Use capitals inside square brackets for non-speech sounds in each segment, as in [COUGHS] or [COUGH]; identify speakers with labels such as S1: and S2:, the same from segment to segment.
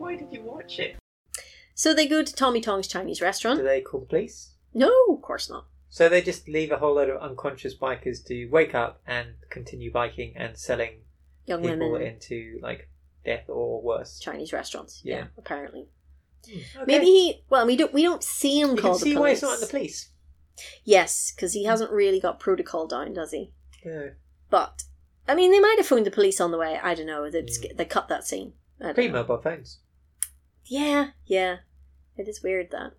S1: and shit.
S2: So they go to Tommy Tong's Chinese
S1: Do
S2: restaurant.
S1: they call the police?
S2: No, of course not.
S1: So they just leave a whole load of unconscious bikers to wake up and continue biking and selling
S2: Young
S1: people
S2: women in
S1: into like death or worse.
S2: Chinese restaurants. Yeah,
S1: Yeah.
S2: apparently.
S1: Okay.
S2: Maybe he. Well, we don't. We don't see him
S1: you
S2: call
S1: can see
S2: the police.
S1: why it's not in the police.
S2: Yes, because he hasn't really got protocol down, does he?
S1: Yeah.
S2: But I mean, they might have phoned the police on the way. I don't know. They
S1: Hmm.
S2: they cut that scene. I don't
S1: Pre
S2: know.
S1: mobile phones.
S2: Yeah, yeah. It is weird that.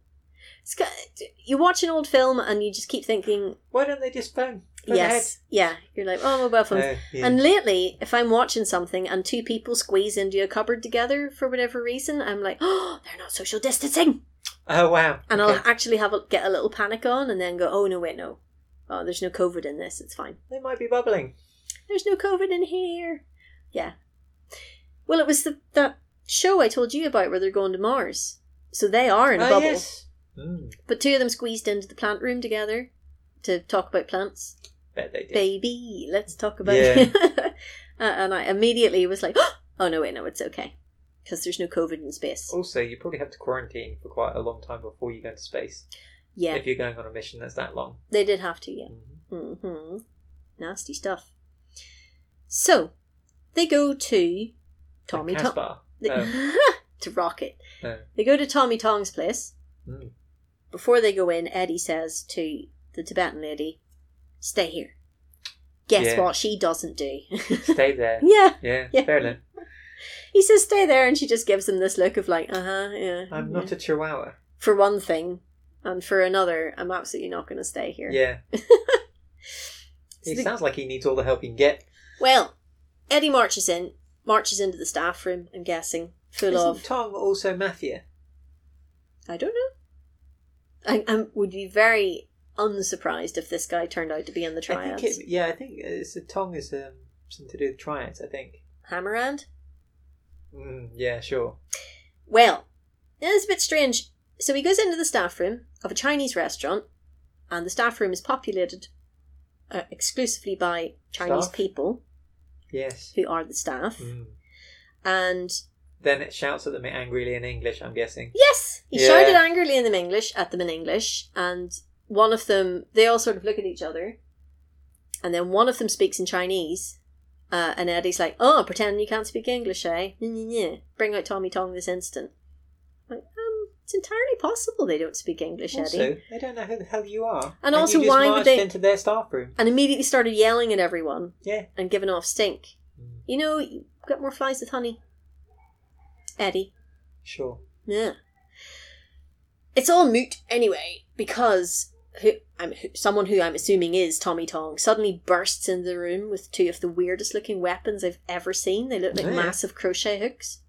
S2: It's ki- you watch an old film and you just keep thinking,
S1: Why don't they just phone? phone
S2: yes, yeah. You're like, oh, mobile phones.
S1: ahead? Uh, yeah.
S2: And lately, if I'm watching something and two people squeeze into a cupboard together for whatever reason, I'm like, [GASPS] oh, they're not social distancing.
S1: oh wow.
S2: And
S1: Okay.
S2: I'll actually have a, get a little panic on and then go, oh, no, wait, no. Oh, there's no COVID in this. It's fine.
S1: They might be bubbling.
S2: There's no COVID in here. Yeah. Well, it was the, that show I told you about where they're going to Mars. So they are in a
S1: Ah,
S2: bubble.
S1: yes. Mm,
S2: But two of them squeezed into the plant room together to talk about plants.
S1: bet they did.
S2: Baby, let's talk about
S1: Yeah.
S2: [LAUGHS] Uh, and I immediately was like, oh, [GASPS] no, wait, no, it's okay. Because there's no COVID in space.
S1: Also, you probably have to quarantine for quite a long time before you go into space.
S2: yeah,
S1: If you're going on a mission that's that long.
S2: they did have to, yeah.
S1: Mhm.
S2: hmm Nasty stuff. So, they go to Tommy Tong.
S1: Caspar.
S2: They-
S1: Oh,
S2: [LAUGHS] to Rocket.
S1: Oh.
S2: They go to Tommy Tong's place.
S1: mm.
S2: Before they go in, Eddie says to the Tibetan lady, Stay here. Guess
S1: Yeah.
S2: what she doesn't do?
S1: Stay there.
S2: [LAUGHS] yeah.
S1: Yeah,
S2: Yeah.
S1: fair enough.
S2: He says, Stay there, and she just gives him this look of like, Uh huh, yeah.
S1: I'm
S2: yeah."
S1: not a chihuahua.
S2: For one thing, and for another, I'm absolutely not going to stay here. [LAUGHS]
S1: Yeah. he
S2: the-
S1: sounds like he needs all the help he can get.
S2: Well, Eddie marches in, marches into the staff room, I'm guessing, full
S1: Isn't
S2: of
S1: Tong also mafia?
S2: I don't know. I, I would be very unsurprised if this guy turned out to be in the
S1: I
S2: triads.
S1: think it, yeah, I think it's Tong is um, something to do with triads. I think.
S2: Hammerhand?
S1: Mm, yeah, sure.
S2: Well, it's a bit strange. So he goes into the staff room of a Chinese restaurant, and the staff room is populated uh, exclusively by Chinese
S1: Staff?
S2: people
S1: Yes.
S2: who are the staff.
S1: Mm.
S2: And
S1: Then it shouts at them angrily in English. I'm guessing.
S2: yes, he
S1: Yeah.
S2: shouted angrily in them English at them in English, and one of them they all sort of look at each other, and then one of them speaks in Chinese, uh, and Eddie's like, "Oh, pretend you can't speak English, eh? Nyeh, nyeh, nyeh. Bring out Tommy Tong this instant." Like, um, it's entirely possible they don't speak English, Eddie,
S1: Also, they don't know who the hell you are.
S2: And also,
S1: you just
S2: why would
S1: marched
S2: they-
S1: into their staff room?
S2: and immediately started yelling at everyone
S1: Yeah.
S2: and giving off stink.
S1: Mm,
S2: You know, you got more flies with honey, Eddie.
S1: sure.
S2: Yeah. It's all moot anyway because who, I'm, who, someone who I'm assuming is Tommy Tong suddenly bursts into the room with two of the weirdest looking weapons I've ever seen. They look like
S1: Oh, Yeah.
S2: massive crochet hooks.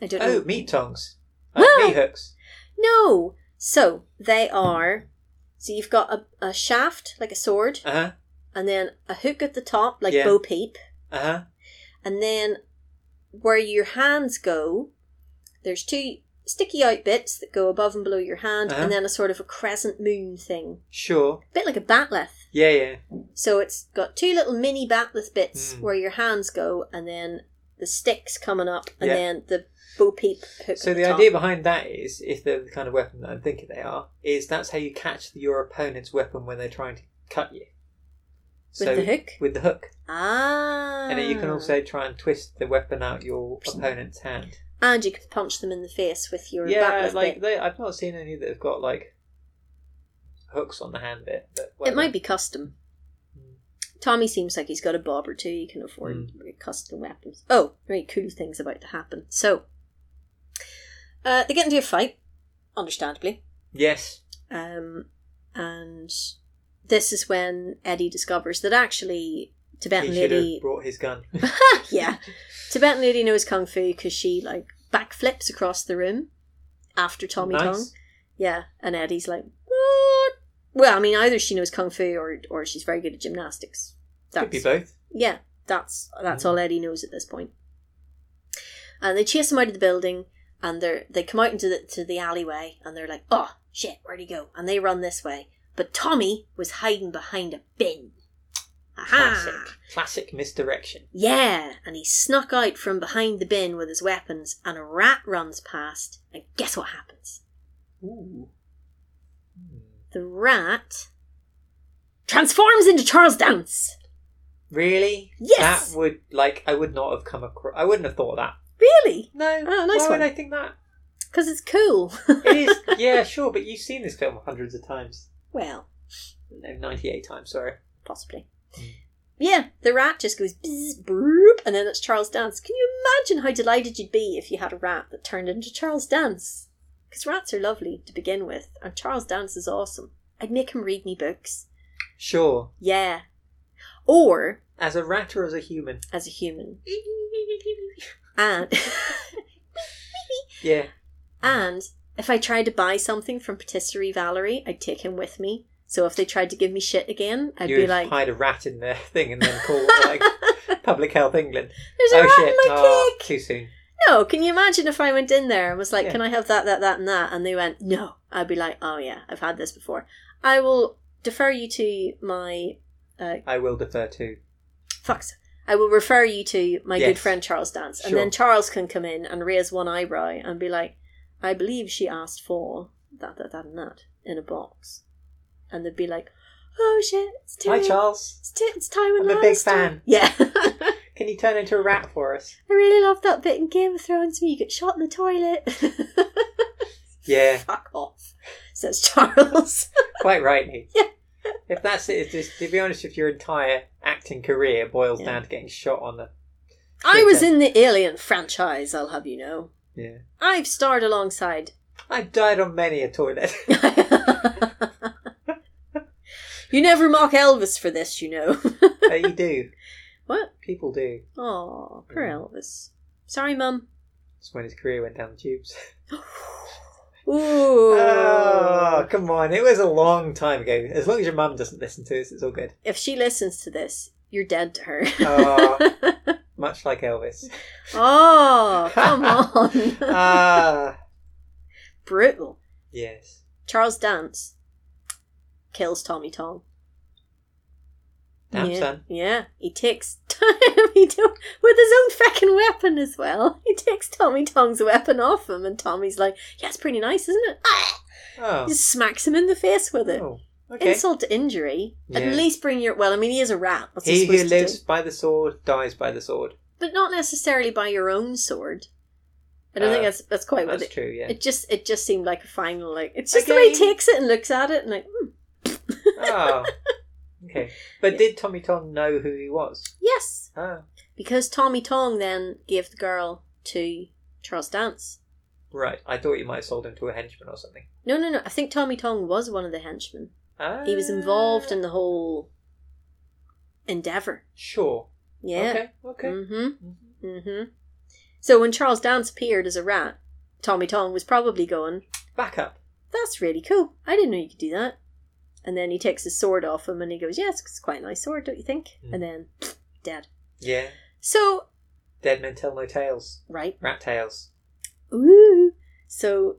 S2: I don't
S1: Oh,
S2: know.
S1: meat tongs. Uh,
S2: No!
S1: Meat hooks.
S2: No! So they are. So you've got a, a shaft, like a sword,
S1: Uh huh.
S2: and then a hook at the top, like
S1: Yeah.
S2: Bo Peep,
S1: Uh huh.
S2: and then where your hands go, there's two sticky out bits that go above and below your hand,
S1: Uh-huh.
S2: and then a sort of a crescent moon thing,
S1: Sure.
S2: a bit like a batleth.
S1: Yeah, yeah.
S2: So it's got two little mini batleth bits
S1: Mm.
S2: where your hands go, and then the sticks coming up, and
S1: Yeah.
S2: then the bo peep hook.
S1: So
S2: at
S1: the,
S2: the, top.
S1: idea behind that is, if they're the kind of weapon that I'm thinking they are, is that's how you catch your opponent's weapon when they're trying to cut you.
S2: With the hook?
S1: With the hook,
S2: ah,
S1: and then you can also try and twist the weapon out your opponent's hand.
S2: and you can punch them in the face with your
S1: yeah,
S2: batleth
S1: like
S2: bit.
S1: they, I've not seen any that have got like hooks on the hand bit. But
S2: It might be custom.
S1: Mm.
S2: Tommy seems like he's got a bob or two. He can afford
S1: Hmm.
S2: custom weapons. Oh, very cool things about to happen. So, uh, they get into a fight, understandably,
S1: Yes.
S2: um, and this is when Eddie discovers that actually Tibetan
S1: he should
S2: lady,
S1: have brought his gun.
S2: [LAUGHS] yeah, Tibetan lady knows kung fu because she like backflips across the room after Tommy Tong. Yeah, and Eddie's like, what? Well, I mean, either she knows kung fu or or she's very good at gymnastics.
S1: Could be both. Mm-hmm.
S2: Yeah, that's that's all Eddie knows at this point. And they chase him out of the building, and they are they come out into the to the alleyway, and they're like, "Oh shit, where'd he go?" And they run this way, but Tommy was hiding behind a bin. Aha!
S1: Classic. Classic misdirection.
S2: Yeah, and he snuck out from behind the bin with his weapons, and a rat runs past, and guess what happens?
S1: Ooh. Hmm.
S2: The rat transforms into Charles Dance!
S1: Really?
S2: Yes!
S1: That would like I would not have come across. I wouldn't have thought of that.
S2: Really?
S1: No.
S2: Oh, nice
S1: why
S2: one.
S1: would I think that?
S2: Because it's cool. [LAUGHS]
S1: It is. yeah, sure. But you've seen this film hundreds of times.
S2: well,
S1: No, ninety-eight times. Sorry.
S2: possibly. Yeah, the rat just goes bzz, broop, and then it's Charles Dance. Can you imagine how delighted you'd be if you had a rat that turned into Charles Dance? Because rats are lovely to begin with, and Charles Dance is awesome. I'd make him read me books.
S1: Sure.
S2: Yeah. Or
S1: As a rat or as a
S2: [LAUGHS]
S1: human?
S2: as a human. And [LAUGHS]
S1: Yeah.
S2: and if I tried to buy something from Patisserie Valerie, I'd take him with me. So if they tried to give me shit again, I'd
S1: you
S2: be
S1: would
S2: like,
S1: hide a rat in their thing and then call like
S2: [LAUGHS]
S1: Public Health England.
S2: "There's a
S1: oh
S2: rat
S1: shit!
S2: in my
S1: oh,
S2: cake."
S1: too soon.
S2: No, can you imagine if I went in there and was like,
S1: Yeah.
S2: "Can I have that, that, that, and that?" And they went, "No," I'd be like, "Oh yeah, I've had this before. I will defer you to my
S1: I will defer to.
S2: fucks. I will refer you to my good
S1: Yes.
S2: friend Charles Dance, and
S1: Sure.
S2: then Charles can come in and raise one eyebrow and be like, "I believe she asked for that, that, that, and that in a box," and they'd be like, "Oh shit, it's
S1: Hi,
S2: time,
S1: Charles.
S2: it's, ti- it's time and
S1: I'm a big fan.
S2: Yeah, [LAUGHS]
S1: Can you turn into a rat for us?
S2: I really love that bit in Game of Thrones where you get shot in the toilet. [LAUGHS]
S1: Yeah,
S2: fuck off, says Charles. [LAUGHS]
S1: quite rightly.
S2: Yeah.
S1: If that's it, it's just, to be honest, if your entire acting career boils
S2: Yeah.
S1: down to getting shot on the
S2: I
S1: Shit, [LAUGHS]
S2: was
S1: then.
S2: in the Alien franchise, I'll have you know.
S1: yeah,
S2: I've starred alongside.
S1: I've died on many a toilet.
S2: [LAUGHS] you never mock Elvis for this, you know.
S1: Uh, you do.
S2: what?
S1: People do.
S2: Oh, poor
S1: Mm.
S2: Elvis. Sorry, Mum. [GASPS]
S1: That's when his career went down the tubes. [LAUGHS]
S2: Ooh.
S1: Oh, come on! It was a long time ago. As long as your mum doesn't listen to us, it's all good.
S2: [LAUGHS] If she listens to this, you're dead to her.
S1: Oh,
S2: [LAUGHS]
S1: much like Elvis.
S2: oh, come on.
S1: Ah,
S2: Brutal.
S1: yes.
S2: Charles Dance kills Tommy Tong.
S1: Damn
S2: yeah,
S1: son.
S2: Yeah, he [LAUGHS] takes he do, with his own fucking weapon as well. [LAUGHS] He takes Tommy Tong's weapon off him, and Tommy's like, "Yeah, it's pretty nice, isn't it?" Ah!
S1: Oh.
S2: Just smacks him in the face with it.
S1: Oh, okay.
S2: Insult to injury.
S1: Yeah.
S2: At least bring your well. I mean, he is a rat. What's he,
S1: He who
S2: supposed to
S1: lives
S2: do?
S1: by the sword dies by the sword.
S2: But not necessarily by your own sword. I don't
S1: Uh,
S2: think that's that's quite what
S1: That's
S2: it.
S1: true.
S2: [LAUGHS]
S1: Yeah.
S2: It just it just seemed like a final like. It's just the way he
S1: Again.
S2: takes it and looks at it and like, "Hmm,
S1: Oh. Okay. But did Tommy Tong know who he was?
S2: yes,
S1: Oh,
S2: because Tommy Tong then gave the girl to Charles Dance.
S1: right. I thought you might have sold him to a henchman or something.
S2: No, no, no. I think Tommy Tong was one of the henchmen.
S1: Ah.
S2: He was involved in the whole endeavor.
S1: Ah, Sure.
S2: Yeah.
S1: Okay. Okay.
S2: Mm-hmm.
S1: Mhm.
S2: Mm-hmm. So when Charles Dance appeared as a rat, Tommy Tong was probably going,
S1: Back up.
S2: "That's really cool. I didn't know you could do that." And then he takes his sword off him and he goes, "Yes, it's quite a nice sword, don't you think?"
S1: Mm.
S2: And then [SNIFFS] dead.
S1: Yeah.
S2: So
S1: Dead men tell no tales.
S2: right.
S1: Rat tails.
S2: Ooh. So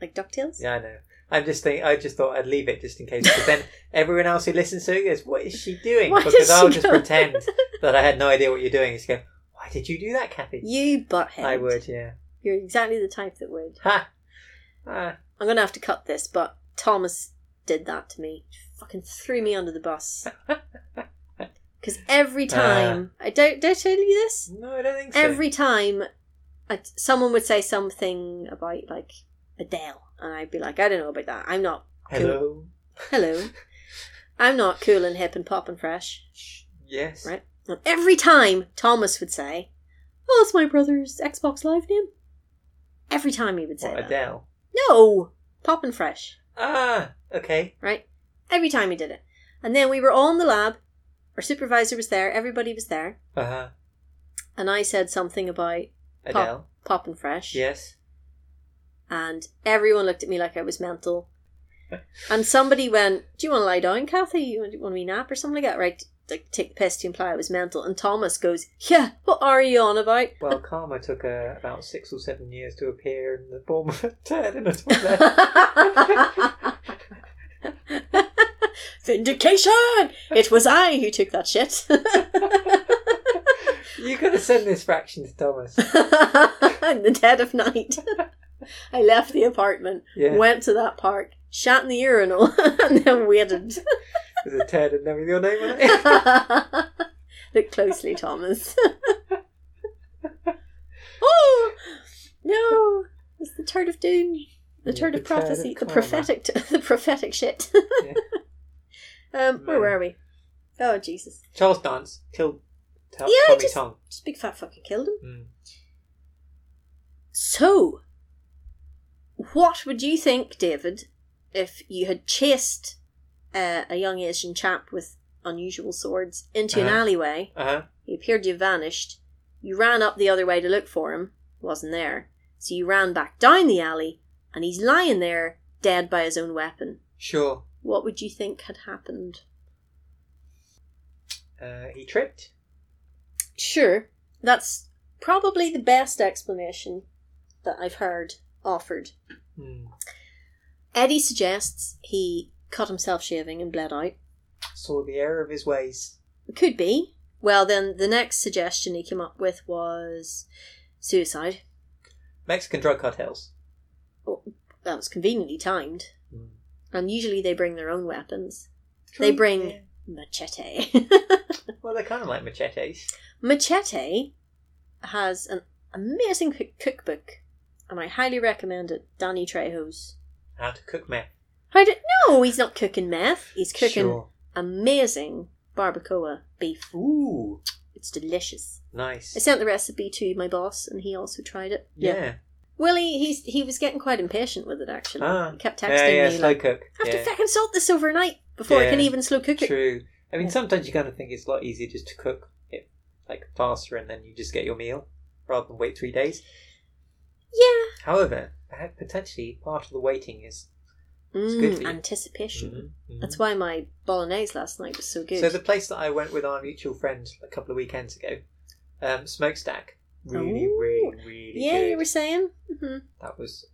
S2: like Ducktales.
S1: Yeah, I know. I'm just think I just thought I'd leave it just in case, because
S2: [LAUGHS]
S1: then everyone else who listens to it goes, "What is she doing?"
S2: Why does
S1: because
S2: she
S1: I'll just
S2: go- [LAUGHS]
S1: pretend that I had no idea what you're doing. And just go, "Why did you do that, Kathy?"
S2: You butthead.
S1: I would, yeah.
S2: You're exactly the type that would.
S1: Ha. Ah.
S2: I'm gonna have to cut this, but Thomas did that to me. Fucking threw me under
S1: [LAUGHS]
S2: the bus. Because
S1: Uh.
S2: every time I don't did I tell you this?
S1: No, I don't think so.
S2: Every time I, someone would say something about like Adele, and I'd be like, I don't know about that. I'm not [LAUGHS]
S1: Hello.
S2: hello. I'm not cool and hip and pop and fresh.
S1: Shh. Yes.
S2: Right. And every time Thomas would say, "Oh, it's my brother's Xbox Live name." Every time he would say
S1: What,
S2: that.
S1: Adele?
S2: No, pop and fresh.
S1: Ah. Okay.
S2: right? Every time he did it. And then we were all in the lab. Our supervisor was there. Everybody was there.
S1: Uh huh.
S2: And I said something about
S1: Adele.
S2: pop and fresh.
S1: Yes.
S2: And everyone looked at me like I was mental. and somebody went, Do you want to lie down, Kathy? You want want to be nap or something like that? Right. Like, take the piss to imply I was mental. And Thomas goes, Yeah, what are you on about? [LAUGHS]
S1: Well, Karma took uh, about six or seven years to appear in the [LAUGHS] form of a turd in a toilet.
S2: That's Vindication! It was I who took that shit. [LAUGHS]
S1: You could have sent this fraction to Thomas.
S2: [LAUGHS] in the dead of night. [LAUGHS] I left the apartment,
S1: Yeah,
S2: went to that park, shat in the urinal, [LAUGHS] and then waited.
S1: [LAUGHS] there's a Ted and then with your name on it. [LAUGHS]
S2: Look closely, Thomas. [LAUGHS] oh no! It's the turd of doom, the
S1: Yeah,
S2: turd
S1: the
S2: of prophecy,
S1: turd
S2: the
S1: of
S2: prophetic, [LAUGHS] the prophetic shit.
S1: Yeah.
S2: [LAUGHS] um, where
S1: Man.
S2: were we? Oh Jesus!
S1: Charles Dance killed Tom,
S2: Yeah, I
S1: Tommy
S2: just-
S1: Tong.
S2: Just big fat fucking killed him.
S1: Mm.
S2: So, what would you think, David, if you had chased uh, a young Asian chap with unusual swords into an
S1: Uh-huh.
S2: alleyway?
S1: Uh huh.
S2: He appeared to have vanished. You ran up the other way to look for him. Wasn't there. So you ran back down the alley, and he's lying there, dead by his own weapon.
S1: Sure.
S2: What would you think had happened?
S1: Uh, he tripped.
S2: Sure. That's probably the best explanation that I've heard offered.
S1: Mm.
S2: Eddie suggests he cut himself shaving and bled out.
S1: Saw the error of his ways.
S2: Could be. Well, then the next suggestion he came up with was suicide.
S1: Mexican drug cartels.
S2: That was conveniently timed.
S1: Mm.
S2: And usually they bring their own weapons.
S1: True.
S2: They bring-
S1: Yeah.
S2: Machete. [LAUGHS]
S1: Well, they're kind of like machetes.
S2: Machete has an amazing cook- cookbook, and I highly recommend it. Danny Trejo's.
S1: How to cook meth.
S2: How did? No, he's not cooking meth. He's cooking
S1: Sure.
S2: amazing barbacoa beef.
S1: Ooh,
S2: It's delicious.
S1: nice.
S2: I sent the recipe to my boss, and he also tried it.
S1: yeah.
S2: Willie, he's he was getting quite impatient with it actually.
S1: Ah.
S2: He kept
S1: Yeah,
S2: texting
S1: yeah,
S2: me
S1: slow
S2: like,
S1: cook.
S2: "I have
S1: yeah.
S2: to fucking salt this overnight before I can
S1: Yeah.
S2: even slow cook it."
S1: True. I mean,
S2: Yeah.
S1: sometimes you kind of think it's a lot easier just to cook it like faster and then you just get your meal rather than wait three days.
S2: Yeah,
S1: However, perhaps- potentially part of the waiting is. good for
S2: mm,
S1: you.
S2: anticipation.
S1: Mhm.
S2: That's why my bolognese last night was so good.
S1: So the place that I went with our mutual friend a couple of weekends ago, um, Smokestack, really,
S2: Ooh.
S1: really, really
S2: yeah,
S1: good.
S2: you were saying. hmm
S1: That was,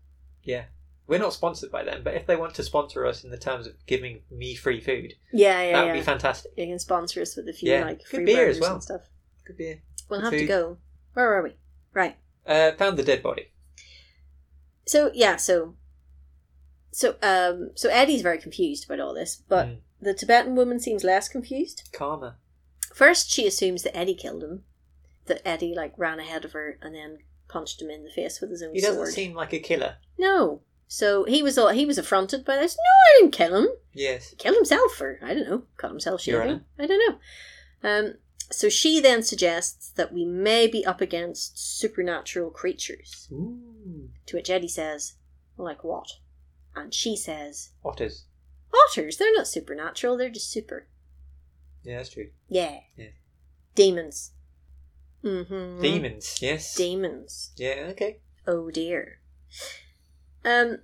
S1: yeah. We're not sponsored by them, but if they want to sponsor us in the terms of giving me free food,
S2: Yeah,
S1: that
S2: yeah,
S1: would
S2: yeah.
S1: be fantastic.
S2: You can sponsor us with a few
S1: Yeah.
S2: like
S1: Good
S2: free
S1: beer
S2: burgers
S1: as well.
S2: and stuff.
S1: Good beer.
S2: We'll
S1: Good
S2: have to
S1: food.
S2: go. Where are we? Right.
S1: Uh, found the dead body.
S2: So yeah, so so um so Eddie's very confused about all this, but
S1: Mm.
S2: the Tibetan woman seems less confused.
S1: Karma.
S2: First, she assumes that Eddie killed him, that Eddie like ran ahead of her and then punched him in the face with his own
S1: He doesn't
S2: sword.
S1: seem like a killer.
S2: no, so he was all he was affronted by this. No, I didn't kill him.
S1: Yes.
S2: He killed himself, or I don't know, cut himself
S1: Your
S2: shaving.
S1: Honor.
S2: I don't know. Um, so she then suggests that we may be up against supernatural creatures.
S1: Ooh.
S2: To which Eddie says, "Like what?" And she says,
S1: Otters.
S2: "Otters. They're not supernatural. They're just super.
S1: Yeah, that's true.
S2: Yeah.
S1: Yeah.
S2: Demons. Mm-hmm.
S1: Demons. Yes.
S2: demons.
S1: yeah. Okay.
S2: Oh dear. Um,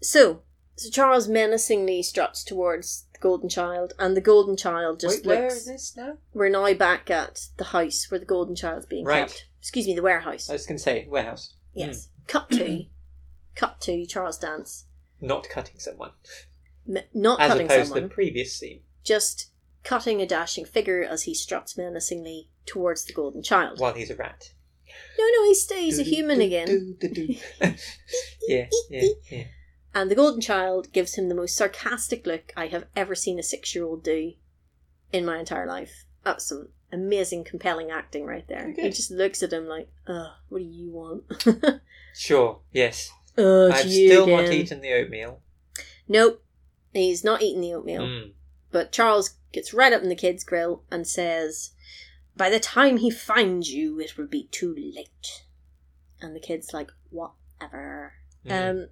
S2: so so Charles menacingly struts towards the golden child, and the golden child just
S1: Wait, where
S2: looks.
S1: is this now?
S2: We're now back at the house where the golden child's being
S1: Right. Uh, hmm.
S2: kept. Excuse me, the warehouse.
S1: I was going to say warehouse.
S2: yes, cut to, cut to Charles dance,
S1: Hmm. Not cutting someone,
S2: M- not
S1: as
S2: cutting
S1: opposed
S2: someone,
S1: to the previous scene.
S2: just cutting a dashing figure as he struts menacingly towards the golden child.
S1: While he's a rat.
S2: No, no, he's he's a
S1: Do, do,
S2: human
S1: do,
S2: again.
S1: do, do,
S2: [LAUGHS]
S1: do. yeah, yeah, yeah.
S2: And the golden child gives him the most sarcastic look I have ever seen a six year old do in my entire life. That's some amazing, compelling acting right there.
S1: Okay.
S2: He just looks at him like, ugh, what do you want?
S1: Sure. Yes.
S2: Ugh,
S1: [LAUGHS] I've
S2: it's you
S1: still
S2: again.
S1: not eaten the oatmeal.
S2: Nope. He's not eating the oatmeal.
S1: Mm.
S2: But Charles gets right up in the kid's grill and says, By the time he finds you, it will be too late. And the kid's like, Whatever.
S1: Mm.
S2: Um,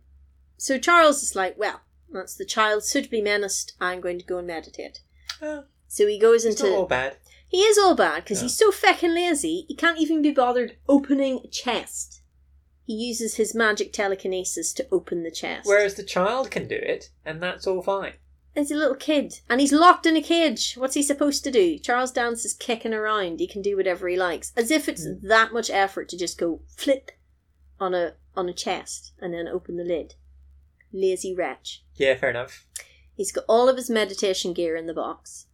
S2: so Charles is like, well, that's the child suitably menaced. I'm going to go and meditate.
S1: Oh,
S2: So he goes
S1: it's not all
S2: into.
S1: bad.
S2: He is all bad because
S1: Yeah.
S2: he's so feckin' lazy. He can't even be bothered opening a chest. He uses his magic telekinesis to open the chest.
S1: Whereas the child can do it, and that's all fine.
S2: He's a little kid, and he's locked in a cage. What's he supposed to do? Charles Dance is kicking around. He can do whatever he likes, as if it's
S1: Mm.
S2: that much effort to just go flip on a on a chest and then open the lid. Lazy wretch.
S1: Yeah, fair enough.
S2: He's got all of his meditation gear in the box.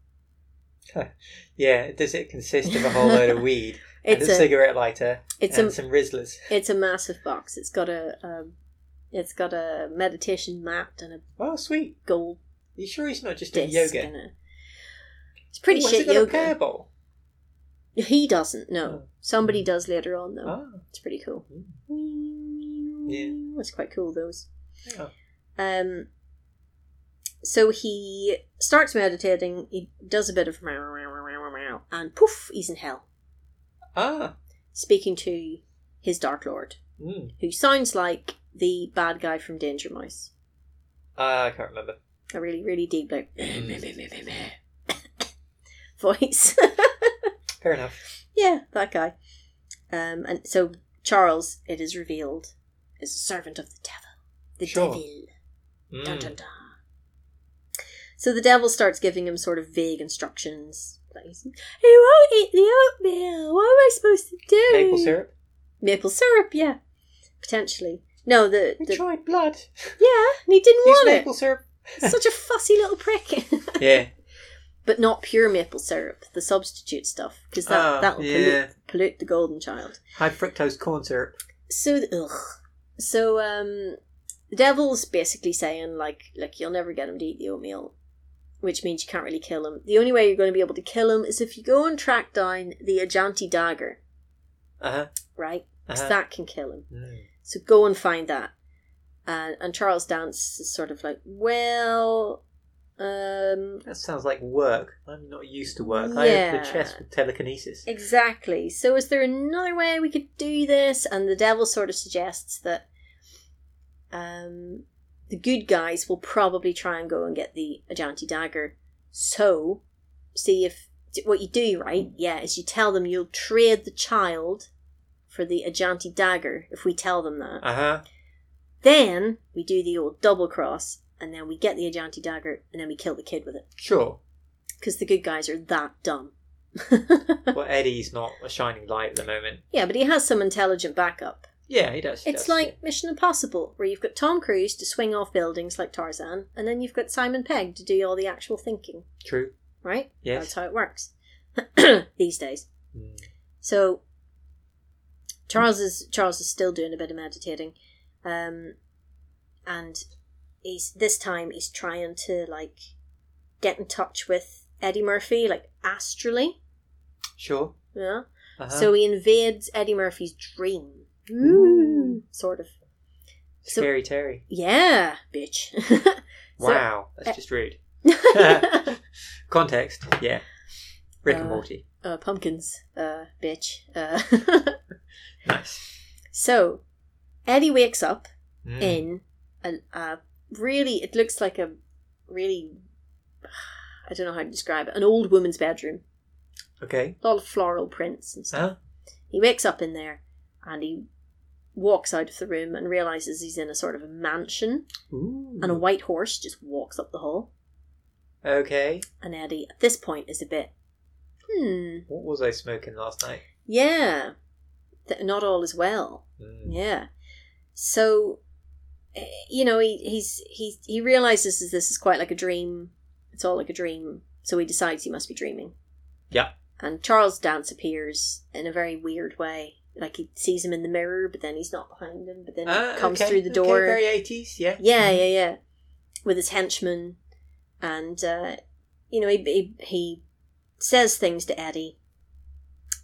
S1: Yeah, does it consist of a whole load
S2: [LAUGHS]
S1: of weed and
S2: It's
S1: a,
S2: a
S1: cigarette lighter
S2: it's
S1: and
S2: a
S1: some Rizzlers?
S2: it's a massive box. It's got a um, it's got a meditation mat and a
S1: Oh, sweet.
S2: gold
S1: You sure he's not just doing
S2: disc
S1: yoga?
S2: and a. It's pretty
S1: Oh, has
S2: shit
S1: he got a pear
S2: yoga.
S1: bowl?
S2: He doesn't. No,
S1: Oh.
S2: somebody does later on though.
S1: Oh.
S2: It's pretty cool.
S1: Yeah.
S2: It's quite cool those.
S1: Yeah.
S2: Um so he starts meditating, he does a bit of meow, meow, meow, meow, meow, and poof, he's in hell.
S1: Ah.
S2: Speaking to his Dark Lord,
S1: Mm.
S2: who sounds like the bad guy from Danger Mouse.
S1: Ah, I can't remember.
S2: A really, really deep like [COUGHS]
S1: Mm.
S2: voice. [LAUGHS]
S1: Fair enough.
S2: yeah, that guy. Um and so Charles, it is revealed, is a servant of the devil. The
S1: Sure.
S2: devil.
S1: Mm.
S2: Dun, dun, dun. So the devil starts giving him sort of vague instructions. Like, he's, you won't eat the oatmeal. What am I supposed to do?
S1: Maple syrup.
S2: Maple syrup, yeah. Potentially. No, the.
S1: We
S2: the
S1: tried blood.
S2: yeah, and he didn't
S1: Use
S2: want it.
S1: maple syrup.
S2: [LAUGHS] Such a fussy little prick. [LAUGHS]
S1: Yeah.
S2: but not pure maple syrup, the substitute stuff, because that,
S1: Ah,
S2: that'll
S1: yeah.
S2: pollute, pollute the golden child.
S1: High fructose corn syrup.
S2: So, th- ugh. So, um, the devil's basically saying, like, look, you'll never get him to eat the oatmeal, which means you can't really kill him. The only way you're going to be able to kill him is if you go and track down the Ajanti dagger,
S1: Uh huh.
S2: right? 'Cause
S1: Uh-huh.
S2: that can kill him.
S1: Mm.
S2: So go and find that. And, and Charles Dance is sort of like, well, um,
S1: That sounds like work. I'm not used to work. I have the
S2: Yeah.
S1: chest with telekinesis.
S2: Exactly. So, is there another way we could do this? And the devil sort of suggests that um, the good guys will probably try and go and get the Ajanti dagger. So, see if what you do, right? Yeah, is you tell them you'll trade the child for the Ajanti dagger if we tell them that.
S1: Uh huh.
S2: Then we do the old double cross, and then we get the Ajanti dagger, and then we kill the kid with it.
S1: Sure.
S2: [LAUGHS] Because the good guys are that dumb. [LAUGHS]
S1: well, Eddie's not a shining light at the moment.
S2: yeah, but he has some intelligent backup.
S1: Yeah, he does. he
S2: It's
S1: does,
S2: like Mission Impossible, where you've got Tom Cruise to swing off buildings like Tarzan, and then you've got Simon Pegg to do all the actual thinking,
S1: yeah. true.
S2: right?
S1: Yes.
S2: That's how it works [CLEARS THROAT] these days.
S1: Mm.
S2: So Charles is Charles is still doing a bit of meditating, um, and he's this time he's trying to like get in touch with Eddie Murphy, like astrally,
S1: Sure.
S2: yeah.
S1: Uh-huh.
S2: So he invades Eddie Murphy's dream,
S1: Ooh.
S2: sort of. so-
S1: scary Terry.
S2: Yeah, bitch. [LAUGHS] So- uh,
S1: Wow, that's just rude. Context. Yeah. Rick and
S2: Uh,
S1: Morty.
S2: [LAUGHS] uh, pumpkins, uh, bitch. Uh, [LAUGHS]
S1: Nice.
S2: so, Eddie wakes up
S1: Mm.
S2: in a, a really, it looks like a really, [SIGHS] I don't know how to describe it, an old woman's bedroom.
S1: Okay.
S2: A lot of floral prints and stuff.
S1: Huh?
S2: He wakes up in there and he walks out of the room and realizes he's in a sort of a mansion
S1: Ooh.
S2: and a white horse just walks up the hall.
S1: Okay.
S2: And Eddie, at this point, is a bit, hmm,
S1: What was I smoking last night?
S2: yeah, th- not all is well.
S1: Mm.
S2: Yeah. So, eh, you know, he he's he he realizes that this is quite like a dream. It's all like a dream. So he decides he must be dreaming.
S1: Yeah.
S2: And Charles Dance appears in a very weird way. Like he sees him in the mirror, but then he's not behind him. But then he
S1: Ah,
S2: comes
S1: okay,
S2: through the
S1: okay,
S2: door.
S1: very eighties. Yeah. Mm-hmm.
S2: Yeah, yeah, yeah. With his henchmen, and uh, you know, he, he he says things to Eddie,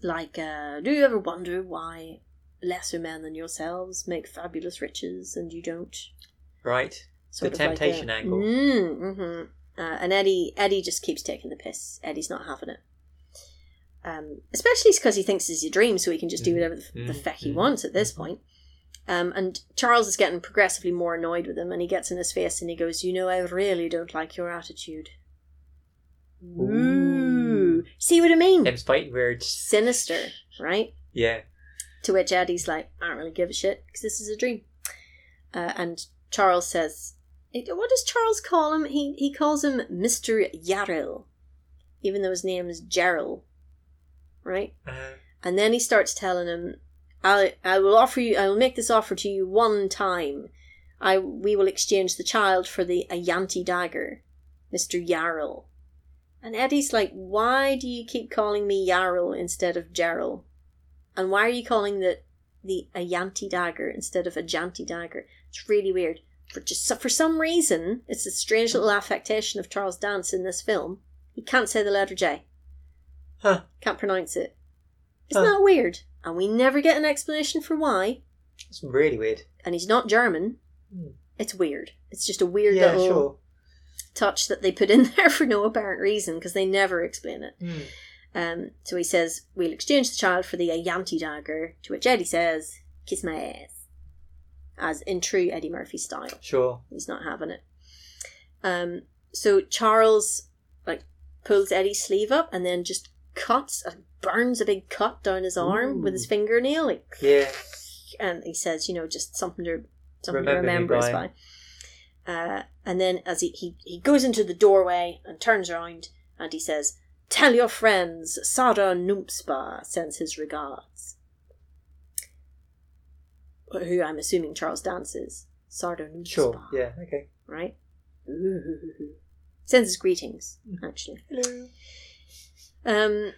S2: like, uh, "Do you ever wonder why lesser men than yourselves make fabulous riches and you don't?"
S1: Right. The temptation angle.
S2: Mm, hmm Uh, and Eddie, Eddie just keeps taking the piss. Eddie's not having it. Um, especially because he thinks it's a dream, so he can just do
S1: Mm,
S2: whatever the, the
S1: mm,
S2: feck he
S1: mm,
S2: wants at this
S1: mm.
S2: point. Um, and Charles is getting progressively more annoyed with him, and he gets in his face and he goes, "You know, I really don't like your attitude." Ooh,
S1: Ooh.
S2: see what I mean?
S1: Them's fighting words.
S2: Sinister, right?
S1: Yeah.
S2: To which Eddie's like, I don't really give a shit because this is a dream. Uh, and Charles says, What does Charles call him? He, he calls him Mr. Yarrell, even though his name is Gerald, right?
S1: Uh,
S2: And then he starts telling him, I, I will offer you, I will make this offer to you one time. I, we will exchange the child for the Ayanti dagger. Mr. Yarrell. And Eddie's like, why do you keep calling me Yarrell instead of Gerald? And why are you calling the the Ayanti dagger instead of a Janti dagger? It's really weird. For just so- for some reason, it's a strange little affectation of Charles Dance in this film. He can't say the letter J.
S1: Huh.
S2: Can't pronounce it. Isn't
S1: Huh.
S2: that weird? And we never get an explanation for why.
S1: It's really weird.
S2: And he's not German.
S1: Hmm.
S2: It's weird. It's just a weird
S1: yeah,
S2: little
S1: sure.
S2: touch that they put in [LAUGHS] there for no apparent reason because they never explain it.
S1: Hmm.
S2: Um, so he says, We'll exchange the child for the Ayanti dagger, to which Eddie says, Kiss my ass. As in true Eddie Murphy style.
S1: Sure.
S2: He's not having it. Um, so Charles like pulls Eddie's sleeve up and then just cuts and burns a big cut down his arm
S1: Ooh.
S2: with his fingernail. Like,
S1: Yeah.
S2: and he says, you know, just something to something
S1: Remember me
S2: to remember us
S1: by.
S2: by. Uh, and then as he, he he goes into the doorway and turns around and he says, "Tell your friends, Sada Numpspa sends his regards." Who I'm assuming Charles Dance is Sardo Numpspa,
S1: Sure. Yeah. Okay.
S2: right? [LAUGHS] Sends his greetings,
S1: Mm-hmm.
S2: actually.
S1: Hello.
S2: Um,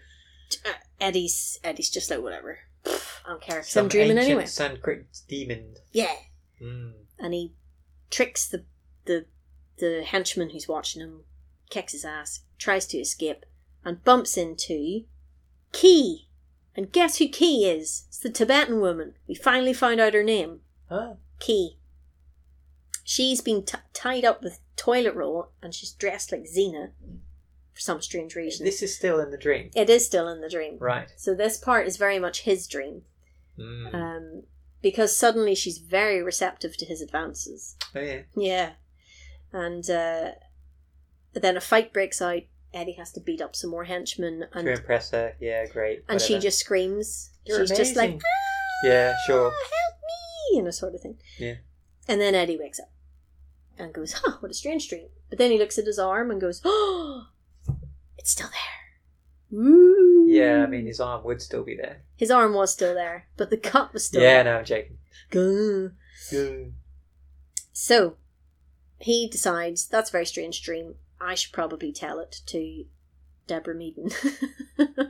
S2: uh, Eddie's Eddie's just like whatever. I don't care. 'cause I'm dreaming
S1: ancient
S2: anyway.
S1: Sanskrit demon.
S2: Yeah.
S1: Mm.
S2: and he tricks the the the henchman who's watching him, kicks his ass, tries to escape, and bumps into Key. And guess who Key is? It's the Tibetan woman. We finally found out her name,
S1: Huh?
S2: Key. She's been t- tied up with toilet roll, and she's dressed like Xena for some strange reason.
S1: This is still in the dream.
S2: it is still in the dream.
S1: Right.
S2: So this part is very much his dream,
S1: Mm.
S2: um, because suddenly she's very receptive to his advances.
S1: oh, yeah.
S2: Yeah. And uh, then a fight breaks out. Eddie has to beat up some more henchmen, and
S1: to impress her. Yeah, great.
S2: and she
S1: whatever.
S2: just screams.
S1: You're
S2: She's just like,
S1: amazing. Yeah,
S2: "Ah,
S1: sure.
S2: help me!" You know, sort of thing.
S1: Yeah.
S2: And then Eddie wakes up and goes, "Huh, what a strange dream." But then he looks at his arm and goes, "Oh, it's still there." Ooh.
S1: Yeah, I mean, his arm would still be there.
S2: his arm was still there, but the cut was still.
S1: Yeah, no, I'm joking.
S2: There.
S1: Mm.
S2: So he decides that's a very strange dream. I should probably tell it to Deborah Meaden.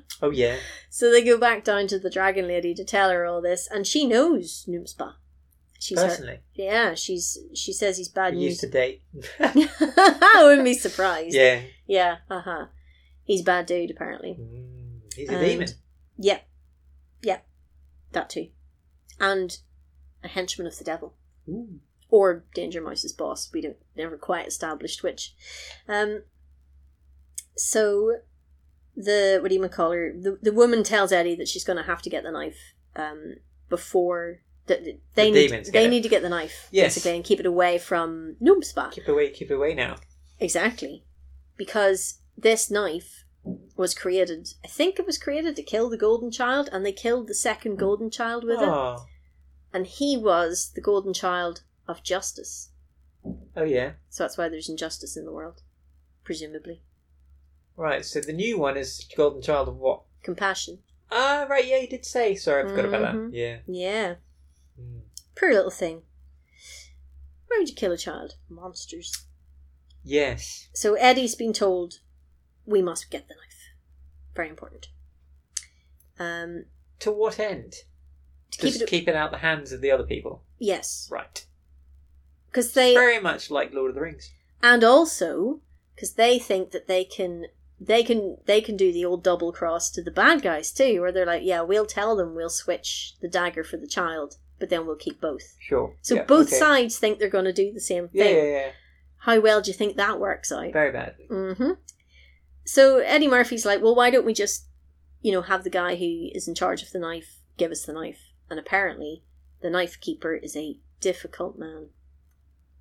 S2: [LAUGHS]
S1: Oh, yeah.
S2: so they go back down to the Dragon Lady to tell her all this, and she knows Noomspa. She's her,
S1: Personally,
S2: yeah. She's she says he's bad
S1: we used to
S2: news.
S1: date.
S2: [LAUGHS] I wouldn't be surprised.
S1: yeah.
S2: yeah uh huh. He's a bad dude apparently.
S1: Mm. He's a
S2: And-
S1: demon.
S2: Yep, yep, that too, and a henchman of the devil.
S1: Ooh.
S2: or Danger Mouse's boss. We don't never quite established which. Um, so the what do you call her? The the woman tells Eddie that she's going to have to get the knife um, before that that they
S1: The
S2: need
S1: demons
S2: they
S1: get it.
S2: need to get the knife
S1: Yes.
S2: basically and keep it away from Noomspa.
S1: Keep away, keep away now.
S2: Exactly. Because this knife was created, I think it was created to kill the golden child, and they killed the second golden child with it.
S1: Oh.
S2: And he was the golden child of justice.
S1: oh, yeah.
S2: So that's why there's injustice in the world, presumably.
S1: Right, so the new one is Golden Child of what?
S2: Compassion.
S1: Ah, right, yeah, you did say. Sorry, I forgot about
S2: Mhm.
S1: that. Yeah.
S2: Yeah.
S1: Mm.
S2: Poor little thing. Why would you kill a child? Monsters.
S1: Yes.
S2: So Eddie's been told we must get the knife. Very important. Um
S1: To what end?
S2: to
S1: Just
S2: keep it
S1: keep it out the hands of the other people.
S2: yes.
S1: Right.
S2: Cuz they
S1: Very much like Lord of the Rings.
S2: and also cuz they think that they can they can they can do the old double cross to the bad guys too where they're like yeah, we'll tell them we'll switch the dagger for the child, but then we'll keep both.
S1: Sure.
S2: So
S1: Yeah,
S2: both
S1: okay.
S2: sides think they're going to do the same
S1: Yeah,
S2: thing.
S1: yeah, yeah.
S2: How well do you think that works out?
S1: Very badly.
S2: hmm So Eddie Murphy's like, well, why don't we just, you know, have the guy who is in charge of the knife give us the knife? And apparently, the knife keeper is a difficult man.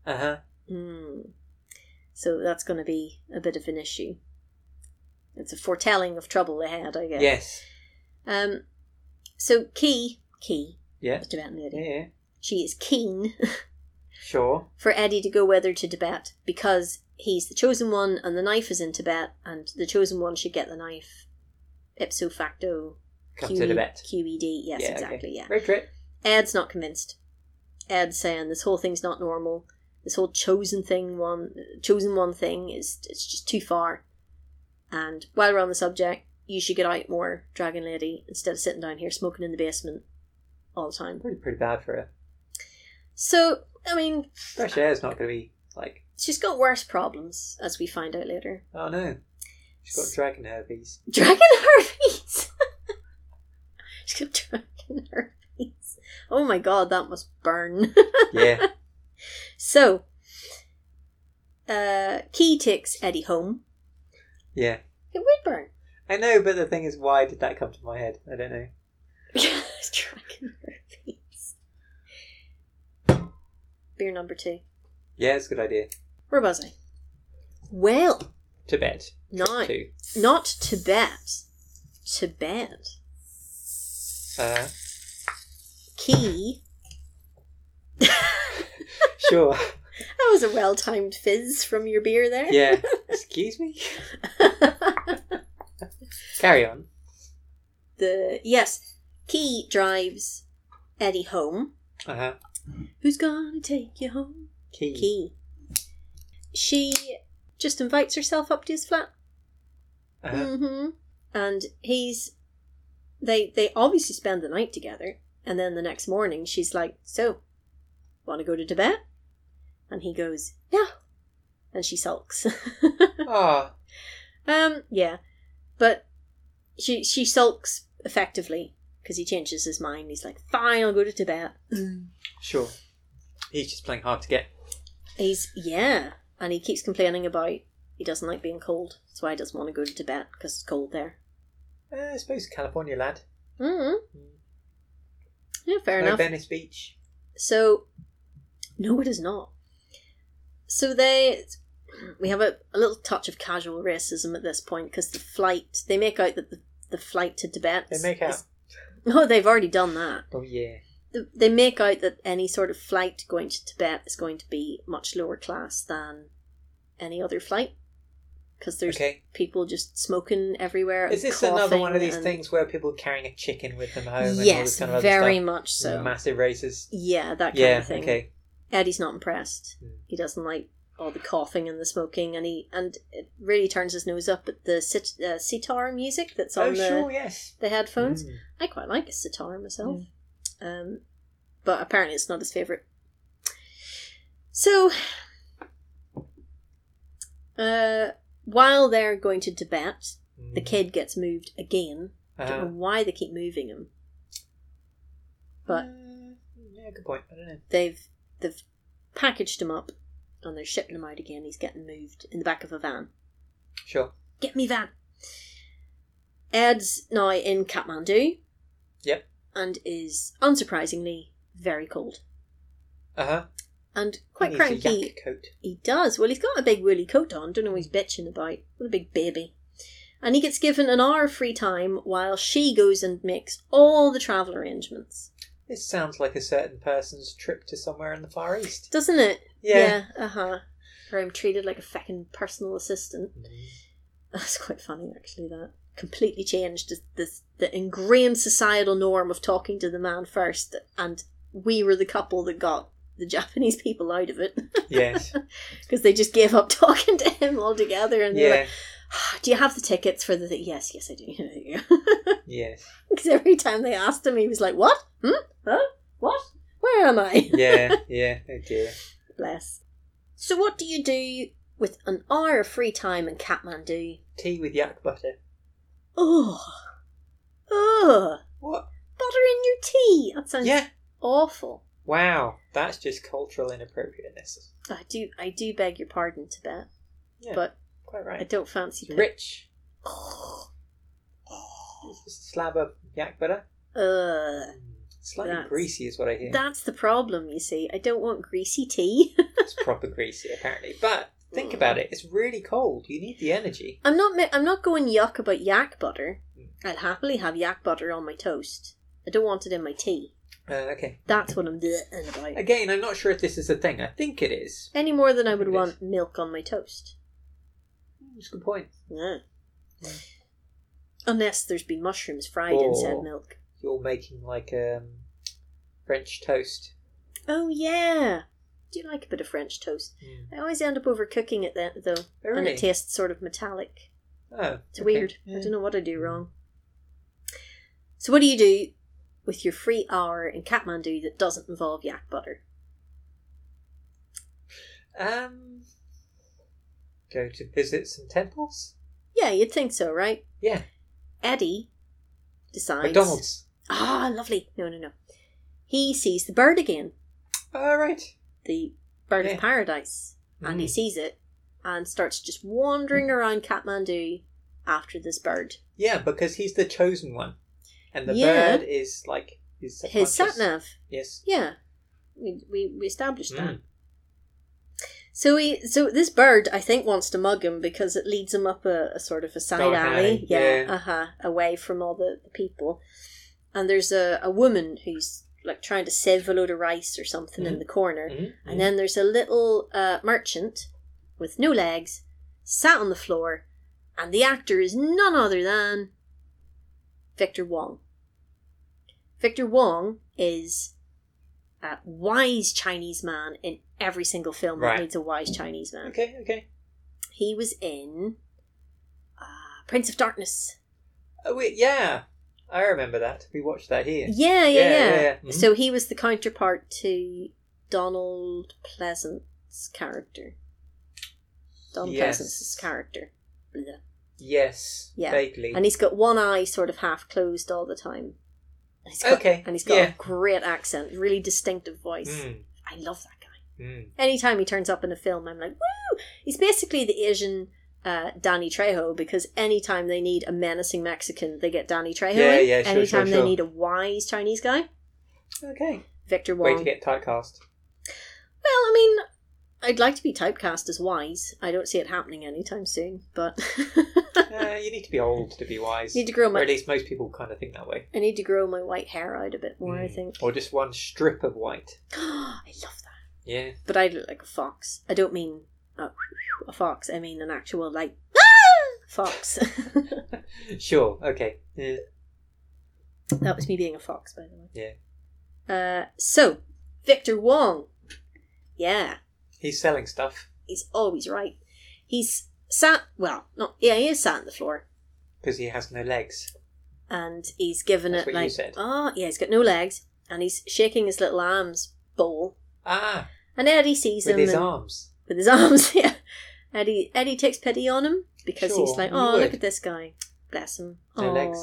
S1: Uh huh.
S2: Mm. So that's going to be a bit of an issue. It's a foretelling of trouble ahead, I guess.
S1: Yes.
S2: Um. So Key, Key,
S1: Yeah.
S2: the Tibetan lady,
S1: Yeah, yeah.
S2: she is keen
S1: Sure.
S2: for Eddie to go with her to Tibet because he's the chosen one and the knife is in Tibet and the chosen one should get the knife ipso facto E
S1: Come
S2: QE
S1: to Tibet.
S2: QED. Yes,
S1: Yeah,
S2: exactly.
S1: okay.
S2: Yeah.
S1: Road trip.
S2: Ed's not convinced. Ed's saying this whole thing's not normal. This whole chosen thing one chosen one thing is it's just too far. And while we're on the subject, you should get out more, Dragon Lady, instead of sitting down here smoking in the basement all the time.
S1: Pretty pretty bad for her.
S2: So I mean,
S1: Fresh air's not going to be like
S2: she's got worse problems, as we find out later.
S1: oh no, she's got dragon herpes.
S2: Dragon [LAUGHS] herpes. she's got dragon herpes. Oh my god, that must burn. [LAUGHS]
S1: Yeah, [LAUGHS]
S2: So, uh, Key takes Eddie home.
S1: yeah.
S2: It would burn. [LAUGHS]
S1: I know, but the thing is, why did that come to my head? I don't know.
S2: Dragon herpes. Beer number two.
S1: Yeah, it's a good idea.
S2: Where was I? Well,
S1: Tibet
S2: no,
S1: too.
S2: not Tibet. Tibet.
S1: Uh,
S2: Key. [LAUGHS]
S1: sure.
S2: That was a well-timed fizz from your beer there.
S1: Yeah. Excuse me.
S2: [LAUGHS]
S1: Carry on.
S2: the yes, Key drives Eddie home.
S1: Uh huh.
S2: Who's gonna take you home?
S1: Key.
S2: Key. She just invites herself up to his flat.
S1: Uh-huh.
S2: hmm And he's they they obviously spend the night together, and then the next morning she's like, "So, want to go to Tibet?" And he goes, "No," and she sulks. [LAUGHS]
S1: Ah,
S2: um, yeah, but she she sulks effectively because he changes his mind. He's like, "Fine, I'll go to Tibet."
S1: Mm. sure. He's just playing hard to get.
S2: He's yeah, and he keeps complaining about he doesn't like being cold. That's why he doesn't want to go to Tibet because it's cold there.
S1: Uh, I suppose California lad.
S2: mm Yeah, fair
S1: no
S2: enough.
S1: Venice Beach.
S2: So, no, it is not. So they, we have a, a little touch of casual racism at this point because the flight they make out that the, the flight to Tibet.
S1: They make out.
S2: [LAUGHS] is- No, they've already done that.
S1: Oh yeah.
S2: The- They make out that any sort of flight going to Tibet is going to be much lower class than any other flight because there's
S1: Okay.
S2: people just smoking everywhere. and
S1: Is this another one of
S2: coughing
S1: these
S2: and-
S1: things where people are carrying a chicken with them home? and all
S2: Yes,
S1: this kind of
S2: very
S1: other
S2: much
S1: stuff?
S2: so.
S1: Massive races.
S2: Yeah, that kind
S1: Yeah.
S2: of thing.
S1: Okay.
S2: Eddie's not impressed.
S1: Hmm.
S2: He doesn't like all the coughing and the smoking, and he and it really turns his nose up at the sit, uh, sitar music that's on
S1: oh
S2: the,
S1: sure. Yes.
S2: the headphones.
S1: Mm.
S2: I quite like a sitar myself, um, but apparently it's not his favorite. So, uh, while they're going to Tibet, the
S1: Mm.
S2: kid oh, gets moved again. I don't
S1: Uh-huh.
S2: know why they keep moving him. but-
S1: Mm, yeah, good point. I don't know.
S2: they've they've packaged him up and they're shipping him out again. He's getting moved in the back of a van.
S1: Sure.
S2: Get me van. Ed's now in Kathmandu.
S1: Yep.
S2: And is unsurprisingly very cold
S1: Uh huh.
S2: and quite
S1: He needs a
S2: cranky.
S1: yak coat.
S2: He does. Well, he's got a big woolly coat on. Don't know what he's bitching about. What a big baby. And he gets given an hour of free time while she goes and makes all the travel arrangements.
S1: This sounds like a certain person's trip to somewhere in the Far East.
S2: Doesn't it?
S1: Yeah.
S2: uh huh. Where I'm treated like a fucking personal assistant. [LAUGHS]
S1: Mm.
S2: That's quite funny, actually. That completely changed the, the the ingrained societal norm of talking to the man first, and we were the couple that got the [LAUGHS] Japanese people out of it [LAUGHS]
S1: yes.
S2: because they just gave up [LAUGHS] talking to him altogether. And they're
S1: Yeah.
S2: like, [SIGHS] "Do you have the tickets for the?" Th-? Yes, yes, I do. [LAUGHS]
S1: yes.
S2: Because every time they asked him, he was like, "What? Hmm? Huh? What? Where am I?" [LAUGHS]
S1: Yeah. Yeah. Oh dear.
S2: Bless. So, what do you do with an hour of free time in Kathmandu?
S1: Tea with yak butter.
S2: Oh, oh.
S1: What?
S2: butter in your tea. That sounds
S1: Yeah.
S2: awful.
S1: Wow. That's just cultural inappropriateness.
S2: I do, I do beg your pardon, Tibet,
S1: Yeah.
S2: but
S1: quite
S2: I
S1: right.
S2: don't fancy
S1: It's
S2: pig- [GASPS]
S1: rich. It's just a slab of yak butter.
S2: Ugh.
S1: Slightly
S2: That's-
S1: greasy is what I hear.
S2: That's the problem, you see. I don't want greasy tea.
S1: It's proper greasy apparently. But think about it. It's really cold. You need the energy.
S2: I'm not. ma- I'm not going yuck about yak butter.
S1: Mm.
S2: I'd happily have yak butter on my toast. I don't want it in my tea.
S1: Uh, okay.
S2: That's what I'm bleh-ing about.
S1: Again, I'm not sure if this is a thing. I think it is.
S2: Any more than I would
S1: It is.
S2: want milk on my toast.
S1: It's a good point.
S2: Yeah.
S1: Yeah.
S2: Unless there's been mushrooms fried in said
S1: Oh.
S2: milk.
S1: You're making like um, French toast.
S2: Oh yeah. do like a bit of French toast.
S1: Mm.
S2: I always end up overcooking it then, though,
S1: Oh,
S2: and
S1: really?
S2: it tastes sort of metallic.
S1: Oh,
S2: It's
S1: okay.
S2: weird. I
S1: Yeah.
S2: don't know what I do wrong. So, what do you do with your free hour in Kathmandu that doesn't involve yak butter?
S1: Um, go to visit some temples.
S2: Yeah, you'd think so, right?
S1: Yeah,
S2: Eddie decides.
S1: McDonald's.
S2: Ah, lovely. No, no, no. He sees the bird again,
S1: All right.
S2: the bird
S1: Yeah.
S2: of paradise, and he
S1: Mm.
S2: sees it and starts just wandering around Kathmandu after this bird.
S1: Yeah, because he's the chosen one, and the
S2: Yeah.
S1: bird is like his
S2: His sat
S1: subconscious.
S2: nav.
S1: Yes.
S2: Yeah, we, we, we established that.
S1: Mm.
S2: So he, so this bird, I think, wants to mug him because it leads him up a, a sort of a side
S1: Dark
S2: alley,
S1: alley,
S2: yeah,
S1: yeah.
S2: uh huh, away from all the, the people. And there's a, a woman who's like trying to sieve a load of rice or something in the corner,
S1: Mm.
S2: and then there's a little uh, merchant with no legs, sat on the floor, and the actor is none other than Victor Wong. Victor Wong is a wise Chinese man in every single film
S1: Right.
S2: that needs a wise Chinese man.
S1: Okay. Okay.
S2: He was in uh, Prince of Darkness.
S1: Oh, wait, yeah, I remember that. We watched that here.
S2: Yeah, yeah, yeah.
S1: Yeah, yeah, yeah. Mhm.
S2: So he was the counterpart to Donald Pleasant's character. Donald
S1: Yes.
S2: Pleasance's character. Blah.
S1: Yes.
S2: Yeah.
S1: Vaguely.
S2: And he's got one eye sort of half closed all the time. And he's got,
S1: Okay,
S2: And he's got
S1: yeah.
S2: a great accent, really distinctive voice.
S1: Mm.
S2: I love that guy.
S1: Mm.
S2: Anytime he turns up in a film, I'm like, woo! He's basically the Asian uh, Danny Trejo because anytime they need a menacing Mexican, they get Danny Trejo.
S1: Yeah,
S2: in.
S1: yeah, sure,
S2: Anytime
S1: sure,
S2: they
S1: sure.
S2: need a wise Chinese guy,
S1: Okay.
S2: Victor Wong.
S1: Way to get typecast.
S2: Well, I mean, I'd like to be typecast as wise. I don't see it happening anytime soon, but [LAUGHS]
S1: uh, you need to be old to be wise.
S2: need to grow
S1: or at
S2: my
S1: least most people kind of think that way.
S2: I need to grow my white hair out a bit more. I
S1: Mm.
S2: think. [GASPS]
S1: Or just one strip of white.
S2: I love that.
S1: Yeah.
S2: But I look like a fox. I don't mean a, a fox. I mean an actual like [LAUGHS] fox. [LAUGHS]
S1: Sure. Okay. Uh, Yeah.
S2: that was me being a fox, by the way.
S1: Yeah.
S2: Uh, so Victor Wong, yeah,
S1: He's selling stuff
S2: he's always right. He's sat. Well, not yeah, he is sat on the floor.
S1: because he has no legs.
S2: and he's given
S1: That's
S2: it
S1: what you
S2: like
S1: said.
S2: oh yeah he's got no legs and he's shaking his little arms bowl
S1: Ah,
S2: and eddie sees
S1: with
S2: him
S1: his
S2: and,
S1: arms.
S2: with his [LAUGHS] arms yeah eddie eddie takes pity on him because he's
S1: Sure,
S2: like
S1: you
S2: oh look
S1: would.
S2: at this guy bless him
S1: No
S2: Aw,
S1: legs.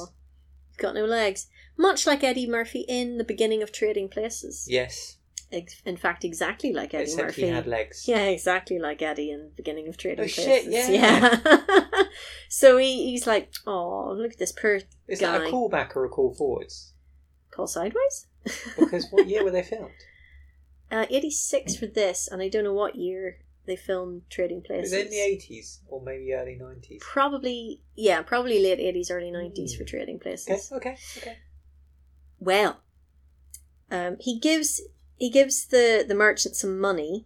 S2: he's got no legs much like eddie murphy in the beginning of trading places
S1: Yes.
S2: Ex- in fact exactly like eddie
S1: Except
S2: murphy
S1: he had legs.
S2: yeah, exactly like Eddie in the beginning of Trading
S1: Oh,
S2: Places.
S1: shit, yeah.
S2: yeah. [LAUGHS] so he, he's like, "Oh, look at this poor
S1: Is that a
S2: guy.
S1: callback or a call forwards?
S2: call sideways."
S1: Because what year were
S2: [LAUGHS]
S1: they filmed?
S2: Uh, 86 for this, and I don't know what year they filmed Trading
S1: It was
S2: Places.
S1: in the eighties or maybe early nineties.
S2: Probably, yeah, probably late 80s, early 90s for
S1: Hmm.
S2: Trading Places.
S1: Okay, okay, okay.
S2: Well, um, he gives he gives the, the merchant some money,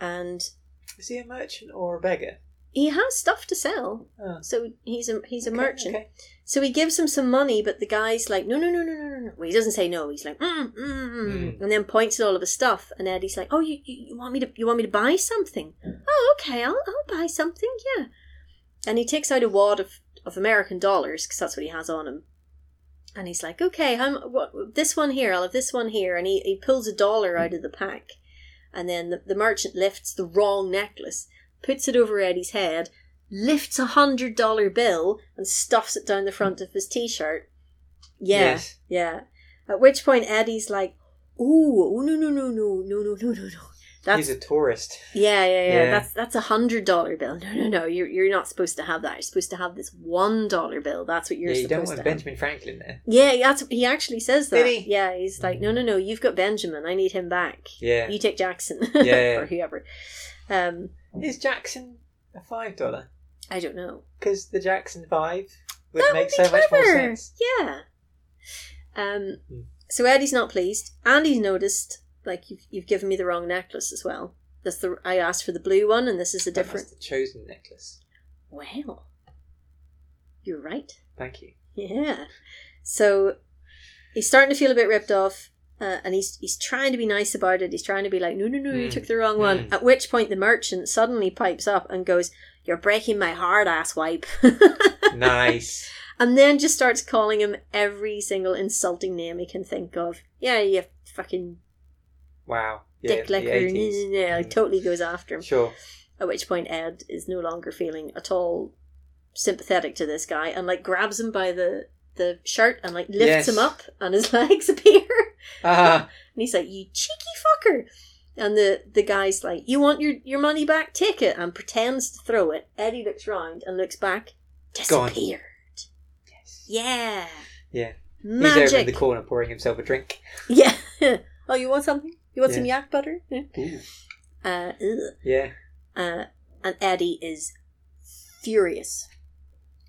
S2: and
S1: Is he a merchant or a beggar?
S2: he has stuff to sell.
S1: Oh.
S2: So he's a he's a
S1: Okay,
S2: merchant.
S1: okay.
S2: So he gives him some money, but the guy's like, no, no, no, no, no, no, no. Well, he doesn't say no. He's like, mm, mm, mm,
S1: Mm.
S2: and then points at all of his stuff. And Eddie's like, oh, you, you, you want me to, you want me to buy something? Oh, okay, I'll, I'll buy something, yeah. And he takes out a wad of, of American dollars because that's what he has on him. And he's like, okay, I'm, what, this one here, I'll have this one here. And he, he pulls a dollar out of the pack. And then the, the merchant lifts the wrong necklace, puts it over Eddie's head, lifts a hundred dollar bill, and stuffs it down the front of his t shirt. Yeah.
S1: Yes.
S2: Yeah. At which point Eddie's like, "Ooh, oh, no, no, no, no, no, no, no, no, no." That's
S1: He's a tourist.
S2: yeah, yeah, yeah,
S1: Yeah.
S2: That's that's a hundred dollar bill. No, no, no. You're you're not supposed to have that. You're supposed to have this one dollar bill. That's what you're
S1: yeah, you don't want
S2: supposed to. have.
S1: Benjamin Franklin there.
S2: Yeah, that's he actually says that.
S1: Did he?
S2: Yeah, he's like, "No, no, no. You've got Benjamin. I need him back.
S1: Yeah.
S2: You take Jackson [LAUGHS]
S1: yeah.
S2: or whoever." Um,
S1: Is Jackson a five dollar?
S2: I don't know.
S1: Because the Jackson Five would
S2: that
S1: make
S2: would be
S1: so
S2: clever.
S1: much more sense.
S2: Yeah. Um.
S1: Hmm.
S2: So Eddie's not pleased, and he's noticed like you've you've given me the wrong necklace as well. That's the I asked for the blue one, and this is a
S1: But that's
S2: different.
S1: the chosen necklace.
S2: Well, you're right. [LAUGHS]
S1: Thank you.
S2: Yeah. So he's starting to feel a bit ripped off, Uh, and he's he's trying to be nice about it. He's trying to be like, no, no, no, you
S1: Mm.
S2: took the wrong one.
S1: Mm.
S2: At which point, the merchant suddenly pipes up and goes, "You're breaking my hard ass wipe," [LAUGHS]
S1: nice.
S2: and then just starts calling him every single insulting name he can think of. Yeah, you fucking
S1: Wow.
S2: dick
S1: the
S2: licker.
S1: 80s.
S2: [LAUGHS] Yeah, like,
S1: Mm.
S2: totally goes after him.
S1: Sure. [LAUGHS]
S2: At which point, Ed is no longer feeling at all sympathetic to this guy, and like grabs him by the the shirt and like lifts
S1: Yes.
S2: him up, and his [LAUGHS] legs appear.
S1: Ah,
S2: And he's like, "You cheeky fucker!" And the the guy's like, "You want your your money back? Take it!" And pretends to throw it. Eddie looks round and looks back.
S1: Gone.
S2: Disappeared.
S1: yes.
S2: Yeah.
S1: Yeah. he's over in the
S2: Magic.
S1: corner pouring himself a drink.
S2: [LAUGHS] yeah. oh, you want something? You want
S1: Yeah.
S2: some yak butter? Yeah. Uh, ugh.
S1: Yeah.
S2: uh, and Eddie is furious.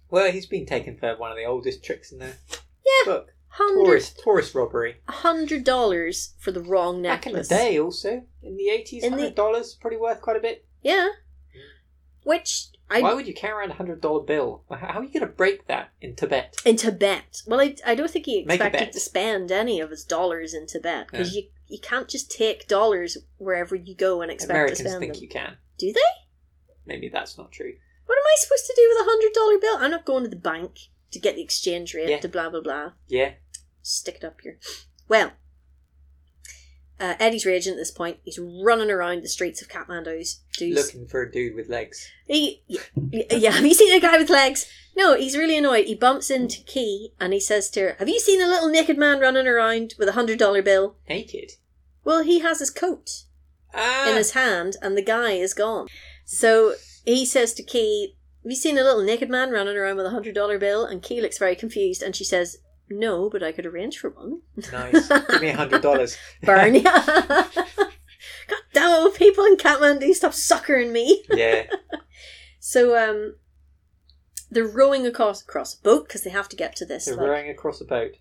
S1: Well, he's been taken for one of the oldest tricks in the
S2: Yeah.
S1: book.
S2: Hundred
S1: Tourist, tourist robbery.
S2: hundred dollars for the wrong
S1: Back in the
S2: necklace.
S1: day, also in the eighties,
S2: In the-
S1: hundred dollars probably worth quite a bit.
S2: Yeah. Which I
S1: Why would you carry around a hundred dollar bill? How how are you going to break that in Tibet?
S2: In Tibet. Well, I, I don't think he
S1: Make a
S2: expected
S1: bet.
S2: to spend any of his dollars in Tibet because you, you can't just take dollars wherever you go and expect to
S1: Americans
S2: spend
S1: think
S2: them.
S1: you can.
S2: Do they?
S1: Maybe that's not true.
S2: What am I supposed to do with a hundred dollar bill? I'm not going to the bank to get the exchange rate
S1: Yeah.
S2: to blah blah blah.
S1: Yeah.
S2: Stick it up here. Well, uh, Eddie's raging at this point. He's running around the streets of Kathmandu's.
S1: Looking for a dude with legs.
S2: He, yeah, yeah, have you seen a guy with legs? No, he's really annoyed. He bumps into Key and he says to her, Have you seen a little naked man running around with a hundred dollar bill?
S1: Naked.
S2: Well, he has his coat
S1: Ah.
S2: in his hand and the guy is gone. So he says to Key, Have you seen a little naked man running around with a hundred dollar bill? And Key looks very confused and she says, No, but I could arrange for one.
S1: [LAUGHS] Nice. Give me a hundred
S2: [LAUGHS]
S1: dollars.
S2: Burn. God damn it, people in Kathmandu, stop suckering me.
S1: yeah.
S2: So um, they're rowing across across a boat because they have to get to this
S1: They're
S2: like,
S1: rowing across a boat.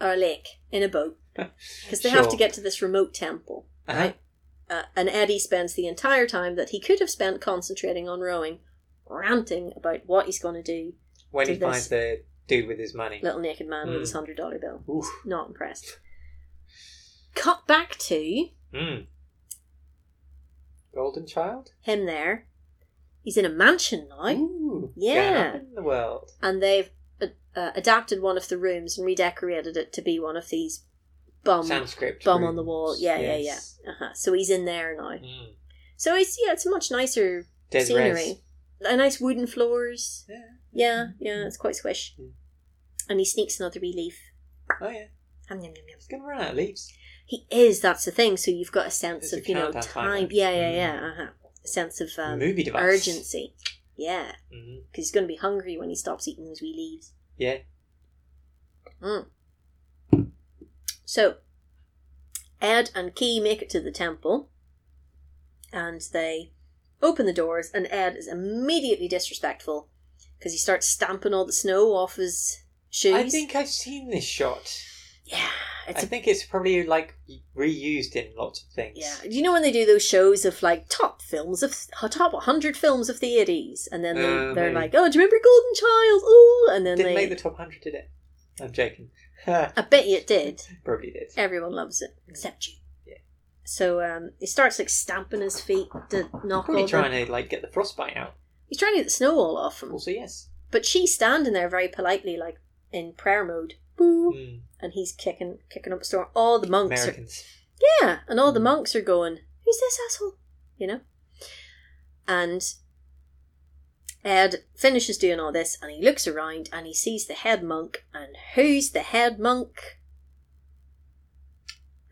S2: uh, lake in
S1: [LAUGHS]
S2: a boat because they have
S1: Sure.
S2: to get to this remote temple,
S1: Uh-huh.
S2: right? Uh, and Eddie spends the entire time that he could have spent concentrating on rowing, ranting about what he's going to do.
S1: When
S2: Do
S1: he finds the dude with his money.
S2: Little naked man with his
S1: Mm.
S2: hundred dollar bill.
S1: Oof.
S2: Not impressed. Cut back to
S1: Mm. Golden Child.
S2: him there. He's in a mansion now.
S1: Hmm. Ooh,
S2: Yeah.
S1: going up in the world.
S2: and they've uh, uh, adapted one of the rooms and redecorated it to be one of these bum
S1: Sanskrit.
S2: bum on the wall.
S1: rooms.
S2: Yeah,
S1: Yes.
S2: yeah, yeah. Uh-huh. So he's in there now.
S1: Mm.
S2: So it's yeah, it's a much nicer
S1: Des
S2: scenery. A nice wooden floors.
S1: Yeah.
S2: Yeah, yeah, it's quite swish.
S1: Mm.
S2: And he sneaks another wee leaf.
S1: Oh yeah,
S2: Um, yum, yum, yum.
S1: he's gonna run out of leaves.
S2: He is. That's the thing. So you've got a sense
S1: It's a
S2: of you know
S1: countdown timer.
S2: time. Yeah, yeah,
S1: Mm.
S2: yeah. Uh-huh. A sense of um,
S1: Movie device.
S2: urgency. Yeah,
S1: Mm.
S2: because he's going to be hungry when he stops eating those wee leaves.
S1: Yeah.
S2: Mm. So, Ed and Key make it to the temple, and they open the doors, and Ed is immediately disrespectful because he starts stamping all the snow off his shoes.
S1: I think I've seen this shot.
S2: yeah,
S1: I
S2: it's a,
S1: think it's probably like reused in lots of things.
S2: yeah. Do you know when they do those shows of like top films of uh, top 100 films of the 80s, and then they,
S1: Uh,
S2: they're
S1: maybe.
S2: like, oh, do you remember Golden Child? Oh, and then
S1: Didn't
S2: they.
S1: make the top hundred, did it? I'm joking. [LAUGHS] probably
S2: I bet you it did.
S1: did.
S2: Everyone loves it except you.
S1: Yeah.
S2: So um, he starts like stamping his feet to knock
S1: Probably
S2: all the-
S1: trying to like get the frostbite out.
S2: He's trying to get the snow all off him,
S1: Also, yes.
S2: but she's standing there very politely, like in prayer mode. Boo!
S1: Mm.
S2: And he's kicking, kicking up a storm. All the monks are
S1: Americans.
S2: yeah, and all the
S1: Mm.
S2: monks are going, Who's this asshole? You know? And Ed finishes doing all this and he looks around and he sees the head monk. And who's the head monk?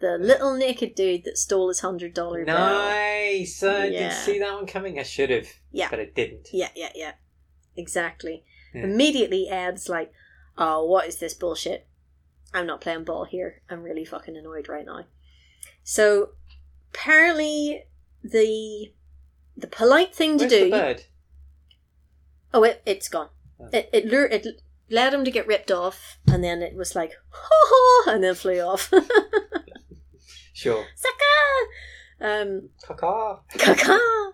S2: The little naked dude that stole his hundred dollar bill.
S1: Nice. I
S2: Yeah.
S1: didn't see that one coming. I should have.
S2: Yeah.
S1: But I didn't.
S2: Yeah, yeah, yeah. Exactly.
S1: Yeah.
S2: Immediately Ed's like, Oh, what is this bullshit? I'm not playing ball here. I'm really fucking annoyed right now. So apparently the the polite thing to
S1: Where's
S2: do
S1: the bird?
S2: Oh it it's gone.
S1: Oh.
S2: It it lure it led him to get ripped off and then it was like ha ha and then flew off. [LAUGHS]
S1: Sure.
S2: Sucker
S1: [LAUGHS]
S2: Um
S1: Caca.
S2: Kaka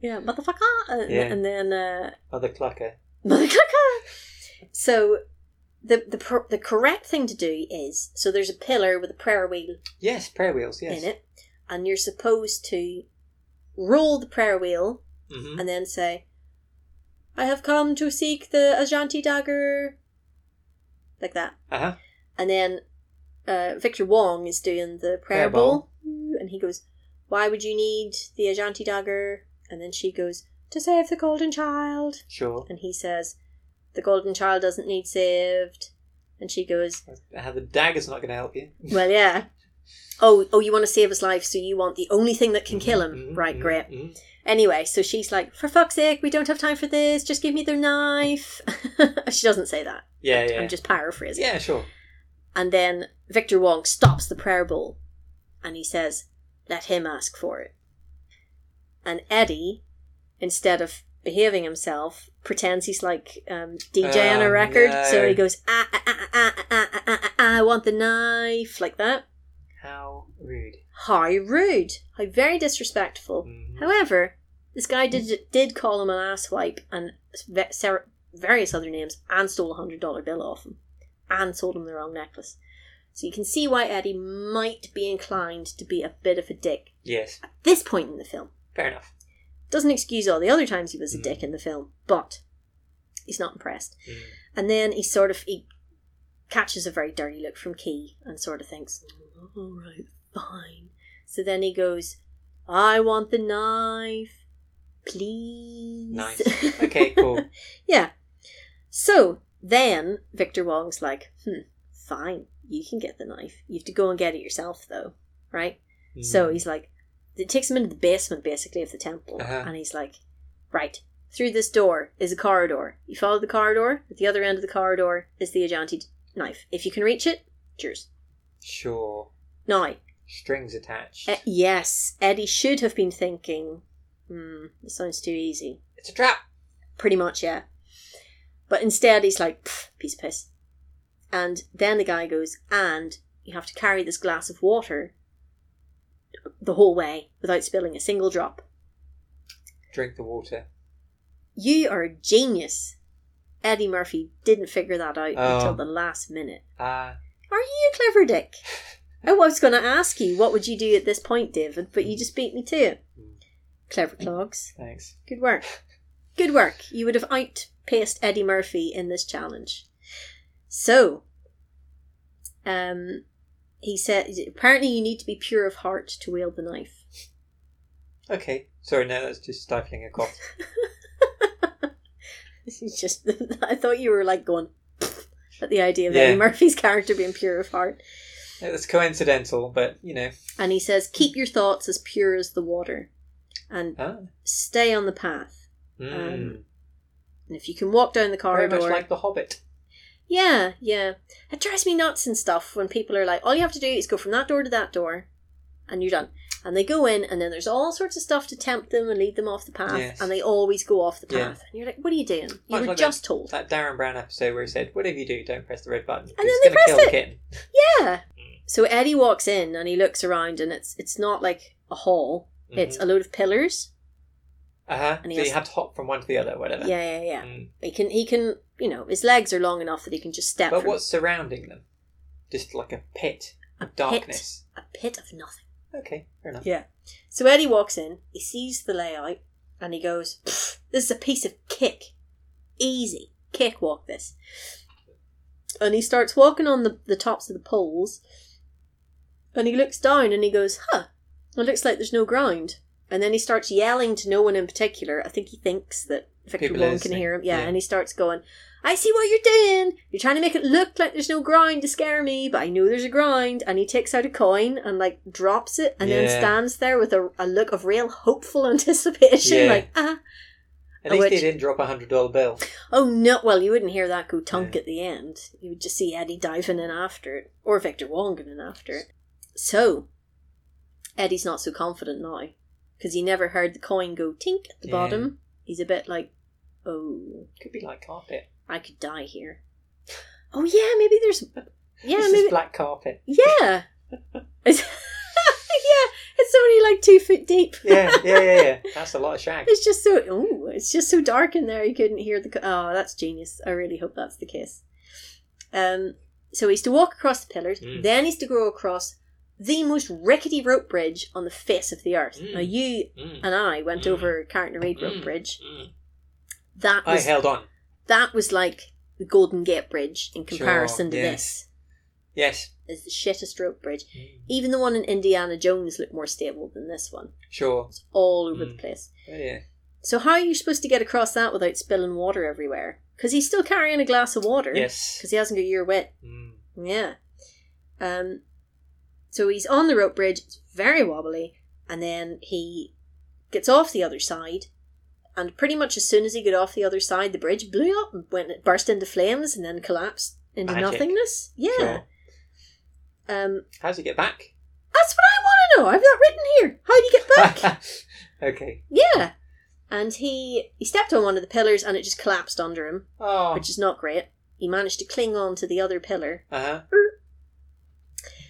S2: Yeah, motherfucker and,
S1: Yeah.
S2: and then uh
S1: Mother clucker.
S2: Mother Clucker. [LAUGHS] So the the pr- the correct thing to do is so there's a pillar with a prayer wheel
S1: Yes, prayer wheels. Yes.
S2: in it, and you're supposed to roll the prayer wheel
S1: hmm
S2: and then say, "I have come to seek the Ajanti dagger," like that.
S1: Uh huh.
S2: And then uh, Victor Wong is doing the
S1: Prayer
S2: prayer
S1: bowl.
S2: bowl, and he goes, "Why would you need the Ajanti dagger?" And then she goes, "To save the golden child."
S1: Sure.
S2: And he says, "The golden child doesn't need saved." And she goes,
S1: How the dagger's not going to help you.
S2: Well, yeah. Oh, oh, you want to save his life, so you want the only thing that can kill him.
S1: Mhm,
S2: right,
S1: mhm,
S2: great.
S1: mhm.
S2: Anyway, so she's like, for fuck's sake, we don't have time for this. Just give me their knife. [LAUGHS] she doesn't say that.
S1: Yeah,
S2: I'm
S1: yeah.
S2: just paraphrasing.
S1: Yeah, sure.
S2: And then Victor Wong stops the prayer bowl and he says, let him ask for it. And Eddie, instead of behaving himself, pretends he's like um, DJing
S1: Oh,
S2: a record. So
S1: no.
S2: he goes, ah, ah, ah, ah, ah, ah, ah, ah, ah, I want the knife, like that.
S1: How rude.
S2: How rude! How very disrespectful.
S1: Mhm.
S2: However, this guy did did call him an asswipe and ve- ser- various other names, and stole a hundred dollar bill off him, and sold him the wrong necklace. So you can see why Eddie might be inclined to be a bit of a dick
S1: Yes,
S2: at this point in the film.
S1: fair enough.
S2: Doesn't excuse all the other times he was a
S1: Mm.
S2: dick in the film, but he's not impressed.
S1: Mm.
S2: And then he sort of he catches a very dirty look from Key and sort of thinks, "All right, fine." So then he goes, "I want the knife, please."
S1: Nice. Okay, cool.
S2: yeah. [LAUGHS] So then Victor Wong's like, "Hmm, fine, you can get the knife. You have to go and get it yourself, though, right?"
S1: Mm.
S2: So he's like, it takes him into the basement basically of the temple,
S1: Uh-huh.
S2: and he's like, right through this door is a corridor. You follow the corridor. At the other end of the corridor is the Ajanti d- knife. If you can reach it, cheers.
S1: Sure.
S2: Now,
S1: Strings attached.
S2: e- yes, Eddie should have been thinking, hmm, this sounds too easy.
S1: it's a trap.
S2: Pretty much, yeah. But instead, he's like, "Pff, piece of piss. And then the guy goes, and you have to carry this glass of water the whole way without spilling a single drop.
S1: Drink the water.
S2: You are a genius. Eddie Murphy didn't figure that out
S1: Oh.
S2: until the last minute.
S1: Ah,
S2: Are you a clever dick? I was going to ask you, what would you do at this point, David? But you just beat me to it.
S1: Mm.
S2: Clever clogs.
S1: thanks.
S2: Good work. Good work. You would have outpaced Eddie Murphy in this challenge. So, um, he said, apparently you need to be pure of heart to wield the knife.
S1: Okay. Sorry, no, that's just stifling a
S2: [LAUGHS]
S1: cough.
S2: This is just, [LAUGHS] I thought you were like going [LAUGHS] at the idea of
S1: Yeah.
S2: Eddie Murphy's character being pure of heart.
S1: It was coincidental, but you know.
S2: And he says, Keep your thoughts as pure as the water and
S1: Ah.
S2: stay on the path.
S1: Mm.
S2: Um, And if you can walk down the
S1: Very
S2: corridor.
S1: much like The Hobbit.
S2: yeah, yeah. It drives me nuts and stuff when people are like, All you have to do is go from that door to that door and you're done. And they go in, and then there's all sorts of stuff to tempt them and lead them off the path,
S1: Yes.
S2: and they always go off the path.
S1: Yeah.
S2: And you're like, What are you doing? You
S1: Much
S2: were
S1: like
S2: just told.
S1: That Darren Brown episode where he said, "Whatever you do, don't press the red button. 'cause
S2: then
S1: it's
S2: they
S1: going to kill the
S2: pressed
S1: kitten."
S2: Yeah. So Eddie walks in and he looks around, and it's it's not like a hall. It's a load of pillars.
S1: uh huh. Mm-hmm. So
S2: and he
S1: you
S2: has-
S1: have to hop from one to the other, whatever.
S2: Yeah, yeah, yeah.
S1: Mm.
S2: He can, he can, you know, his legs are long enough that he can just step.
S1: But
S2: from
S1: what's surrounding them? Just like a pit of darkness.
S2: a pit of nothing.
S1: Okay, fair enough.
S2: Yeah. So Eddie walks in, he sees the layout, and he goes, "Pfft, "This is a piece of kick, easy cakewalk this." And he starts walking on the the tops of the poles, and he looks down and he goes, "Huh, it looks like there's no ground." And then he starts yelling to no one in particular. I think he thinks that Victor
S1: People
S2: Wong can
S1: listening,
S2: hear him. Yeah,
S1: yeah.
S2: and he starts going, I see what you're doing. You're trying to make it look like there's no grind to scare me, but I know there's a grind. And he takes out a coin and like drops it and then
S1: Yeah.
S2: stands there with a, a look of real hopeful [LAUGHS] anticipation,
S1: Yeah.
S2: like, ah,
S1: At least
S2: Which-
S1: he didn't drop a hundred dollar bill.
S2: oh no. Well, you wouldn't hear that go tunk
S1: Yeah.
S2: at the end. You would just see Eddie diving in after it, or Victor Wong going in after it. So, Eddie's not so confident now because he never heard the coin go tink at the
S1: Yeah.
S2: bottom. He's a bit like, oh.
S1: Could be like carpet.
S2: I could die here. Oh yeah, maybe there's yeah,
S1: this
S2: maybe
S1: is black carpet.
S2: yeah.
S1: [LAUGHS]
S2: It's, [LAUGHS] yeah, it's only like two foot deep.
S1: Yeah, yeah, yeah,
S2: [LAUGHS]
S1: yeah. That's a lot of shag.
S2: It's just so oh, it's just so dark in there. You couldn't hear the. co- Oh, that's genius. I really hope that's the case. Um, so he's to walk across the pillars,
S1: Mm.
S2: then he's to go across the most rickety rope bridge on the face of the earth.
S1: Mm.
S2: Now you
S1: Mm,
S2: and I went
S1: Mm.
S2: over Carrington Reed Road
S1: Mm.
S2: Bridge.
S1: mm.
S2: That
S1: I
S2: was
S1: held on.
S2: that was like the Golden Gate Bridge in comparison to
S1: yes. Yes.
S2: this. Is the shittest rope bridge. Even the one in Indiana Jones looked more stable than this one.
S1: Sure.
S2: It's all over the
S1: Mm.
S2: place.
S1: Oh, yeah.
S2: So how are you supposed to get across that without spilling water everywhere? Because he's still carrying a glass of water.
S1: Yes.
S2: Because he hasn't got your wet.
S1: Mm.
S2: Yeah. Um, so he's on the rope bridge, it's very wobbly, and then he gets off the other side. And pretty much as soon as he got off the other side, the bridge blew up and went it burst into flames and then collapsed into
S1: Magic.
S2: nothingness. Yeah.
S1: Sure.
S2: Um,
S1: How does it get back?
S2: that's what I want to know. I've got written here. How do you get back?
S1: [LAUGHS] okay.
S2: yeah. And he he stepped on one of the pillars and it just collapsed under him,
S1: Oh.
S2: which is not great. He managed to cling on to the other pillar
S1: Uh huh.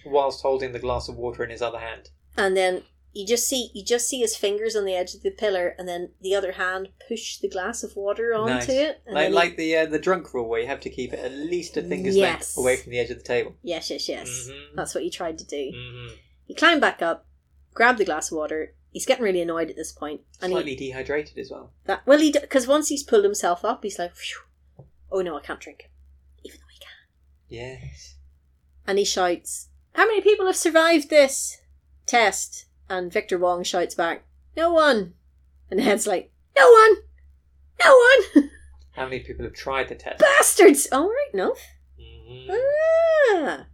S2: Mm.
S1: Whilst holding the glass of water in his other hand.
S2: and then you just see you just see his fingers on the edge of the pillar and then the other hand push the glass of water onto
S1: Nice.
S2: it and
S1: Like,
S2: then
S1: like the uh, the drunk rule where you have to keep it at least a finger's length
S2: Yes.
S1: away from the edge of the table.
S2: he, yes yes yes
S1: Mhm.
S2: that's what he tried to do
S1: Mhm.
S2: he climbed back up grabbed the glass of water he's getting really annoyed at this point and
S1: Slightly
S2: he,
S1: dehydrated as well.
S2: that well he because once he's pulled himself up he's like "Phew. oh no i can't drink it even though he can
S1: Yes.
S2: and he shouts how many people have survived this test and victor wong shouts back no one and head's like no one no one [LAUGHS]
S1: How many people have tried the test?
S2: bastards! All right, no.
S1: Mhm.
S2: Ah.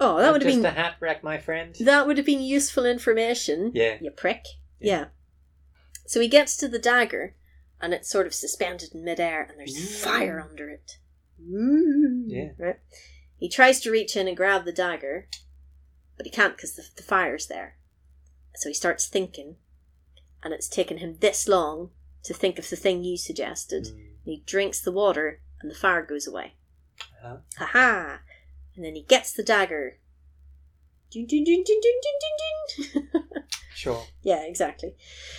S2: Oh, that
S1: I'm
S2: would have
S1: just
S2: been
S1: a hat rack, my friend.
S2: that would have been useful information.
S1: Yeah.
S2: You prick.
S1: Yeah.
S2: Yeah. So he gets to the dagger, and it's sort of suspended in midair, and there's
S1: Mm.
S2: fire under it. Mm.
S1: Yeah.
S2: Right. He tries to reach in and grab the dagger, but he can't because the, the fire's there. So he starts thinking, and it's taken him this long to think of the thing you suggested.
S1: Mm.
S2: He drinks the water, and the fire goes away.
S1: Uh-huh.
S2: Ha ha! And then he gets the dagger. Dun, dun, dun, dun, dun, dun, dun, [LAUGHS] dun.
S1: Sure.
S2: yeah, exactly.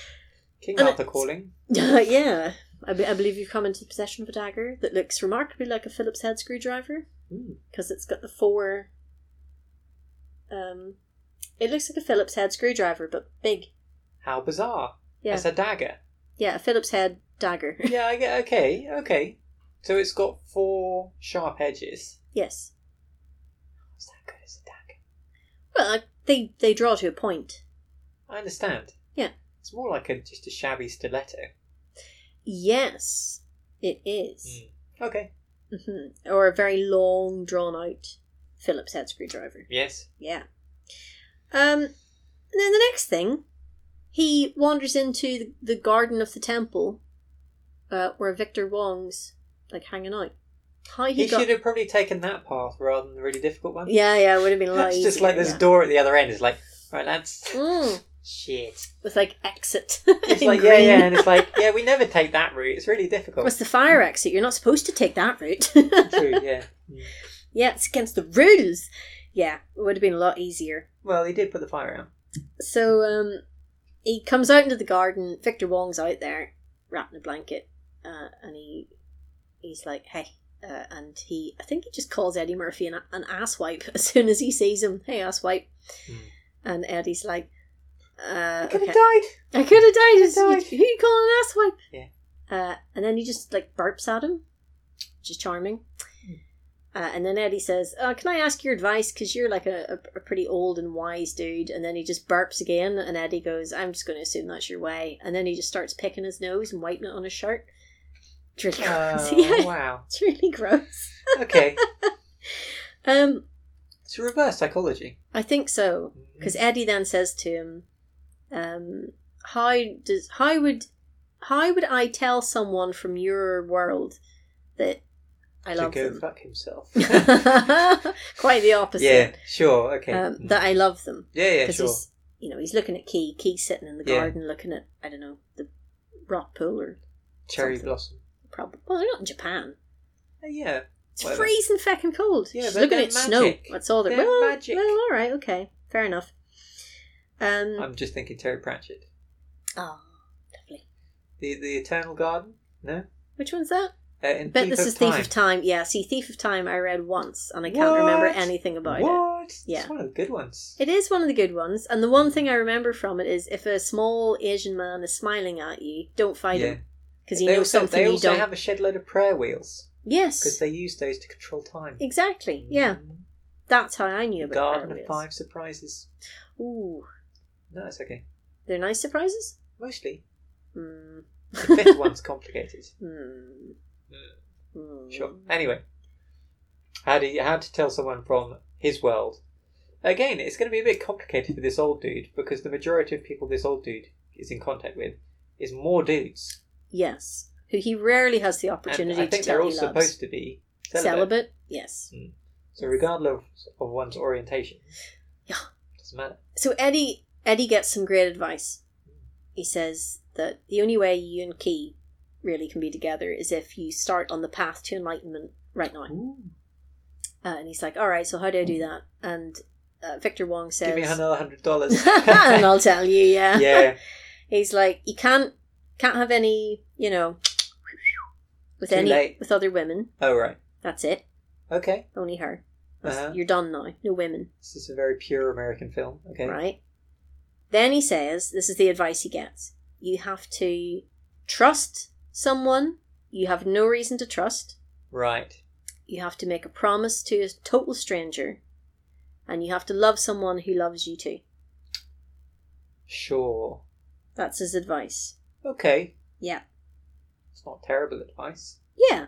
S2: [LAUGHS]
S1: King
S2: And
S1: Arthur
S2: it's-
S1: calling.
S2: yeah, I, be- I believe you've come into possession of a dagger that looks remarkably like a Phillips head screwdriver
S1: Mm.
S2: because it's got the four. Um, it looks like a Phillips head screwdriver, but big.
S1: How bizarre.
S2: Yeah,
S1: It's a dagger.
S2: yeah, a Phillips head dagger. [LAUGHS]
S1: yeah, I get okay, okay. So it's got four sharp edges.
S2: yes.
S1: What's that good as a dagger?
S2: Well, like, they they draw to a point.
S1: I understand.
S2: Yeah.
S1: It's more like a just a shabby stiletto.
S2: Yes, it is.
S1: Okay.
S2: hmm Or a very long, drawn out Phillips head screwdriver.
S1: Yes.
S2: Yeah. Um, and then the next thing, he wanders into the, the garden of the temple, uh, where Victor Wong's like hanging out. How he,
S1: He
S2: got?
S1: should have probably taken that path rather than the really difficult one. [LAUGHS]
S2: [LAUGHS] Yeah, yeah, it would have been a lot
S1: It's
S2: easier.
S1: just like this
S2: yeah.
S1: door at the other end. It's like, right, lads.
S2: Mm,
S1: Shit.
S2: [LAUGHS] with like exit. [LAUGHS]
S1: It's
S2: in
S1: like, yeah,
S2: green.
S1: yeah, and it's like, yeah, we never take that route. It's really difficult.
S2: What's the fire exit? You're not supposed to take that route.
S1: [LAUGHS]
S2: [LAUGHS]
S1: True, yeah.
S2: yeah, it's against the rules. Yeah, it would have been a lot easier.
S1: Well, he did put the fire out.
S2: So um, he comes out into the garden. Victor Wong's out there, wrapped in a blanket, uh, and he he's like, "Hey," uh, and he I think he just calls Eddie Murphy an, an asswipe [LAUGHS] as soon as he sees him. Hey, asswipe!
S1: Hmm.
S2: And Eddie's like, uh,
S1: Could have
S2: okay.
S1: died.
S2: "I could have died. It's-
S1: Died.
S2: Who you calling an asswipe?"
S1: Yeah.
S2: Uh, and then he just like burps at him, which is charming.
S1: Hmm.
S2: Uh, and then Eddie says, oh, "Can I ask your advice? Because you're like a, a, a pretty old and wise dude." And then he just burps again, and Eddie goes, "I'm just going to assume that's your way." And then he just starts picking his nose and wiping it on his shirt. It's really gross. [LAUGHS]
S1: Oh,
S2: [LAUGHS] yeah,
S1: wow.
S2: it's really gross.
S1: Okay.
S2: Um,
S1: It's reverse
S2: [LAUGHS]
S1: psychology. Mm.
S2: I think so because Eddie then says to him, um, "How does how would how would I tell someone from your world that I
S1: to
S2: love
S1: go
S2: them?" [LAUGHS]
S1: fuck himself.
S2: Quite the opposite.
S1: yeah, sure, okay.
S2: um,
S1: Mm.
S2: that I love them
S1: yeah, yeah,
S2: because
S1: sure.
S2: he's you know he's looking at Key. Key's sitting in the
S1: Yeah.
S2: garden looking at I don't know the rock pool or
S1: Cherry
S2: something.
S1: blossom.
S2: probably well they're not in Japan.
S1: Uh, yeah,
S2: It's
S1: Whatever.
S2: freezing feckin' cold.
S1: Yeah,
S2: She's
S1: but
S2: looking
S1: they're
S2: at snow.
S1: magic.
S2: That's all that.
S1: They're
S2: Well,
S1: magic.
S2: well, all right, okay, fair enough. Um,
S1: I'm just thinking Terry Pratchett.
S2: oh, lovely.
S1: The the Eternal Garden? No?
S2: Which one's that?
S1: Uh, in
S2: Bet
S1: Thief
S2: this
S1: of
S2: is Thief
S1: Time.
S2: of Time. Yeah, see, Thief of Time I read once and I can't remember
S1: What?
S2: anything about it.
S1: What?
S2: Yeah.
S1: It's one of the good ones.
S2: It is one of the good ones, and the one thing I remember from it is if a small Asian man is smiling at you, don't fight
S1: yeah.
S2: him because you
S1: they
S2: know
S1: also,
S2: something
S1: they
S2: you
S1: also
S2: don't.
S1: have a shed load of prayer wheels because
S2: yes,
S1: they use those to control time. Mm.
S2: exactly. Yeah, that's how I knew
S1: The
S2: about
S1: Garden
S2: Prayer
S1: of
S2: Wheels.
S1: Five Surprises.
S2: Ooh,
S1: No, it's okay.
S2: they're nice surprises.
S1: Mostly.
S2: Hmm.
S1: The
S2: [LAUGHS]
S1: fifth one's complicated.
S2: Hmm. Hmm.
S1: Sure. Anyway, how do you, how to tell someone from his world? Again, it's going to be a bit complicated for this old dude because the majority of people this old dude is in contact with is more dudes.
S2: Yes, who he rarely has the
S1: And
S2: opportunity
S1: I
S2: to
S1: think
S2: tell
S1: they're all
S2: he loves.
S1: supposed to be celibate.
S2: celibate. Yes.
S1: So regardless of one's orientation,
S2: Yeah.
S1: doesn't matter.
S2: So Eddie Eddie gets some great advice. He says that the only way you and Key really can be together is if you start on the path to enlightenment right now. Uh, and he's like, "All right, so how do I do that?" And uh, Victor Wong
S1: Give me
S2: says,
S1: another hundred
S2: [LAUGHS]
S1: dollars.
S2: "And I'll tell you."
S1: [LAUGHS]
S2: Yeah.
S1: yeah,
S2: He's like, "You can't can't have any, you know, with
S1: Too
S2: any
S1: late.
S2: with other women.
S1: Oh right.
S2: That's it.
S1: Okay.
S2: Only her. That's-
S1: Uh-huh.
S2: You're done now. No women."
S1: This is a very pure American film. Okay.
S2: right? Then he says, this is the advice he gets you have to trust someone you have no reason to trust,
S1: Right.
S2: you have to make a promise to a total stranger, and you have to love someone who loves you too.
S1: Sure.
S2: That's his advice.
S1: Okay.
S2: Yeah.
S1: It's not terrible advice.
S2: Yeah.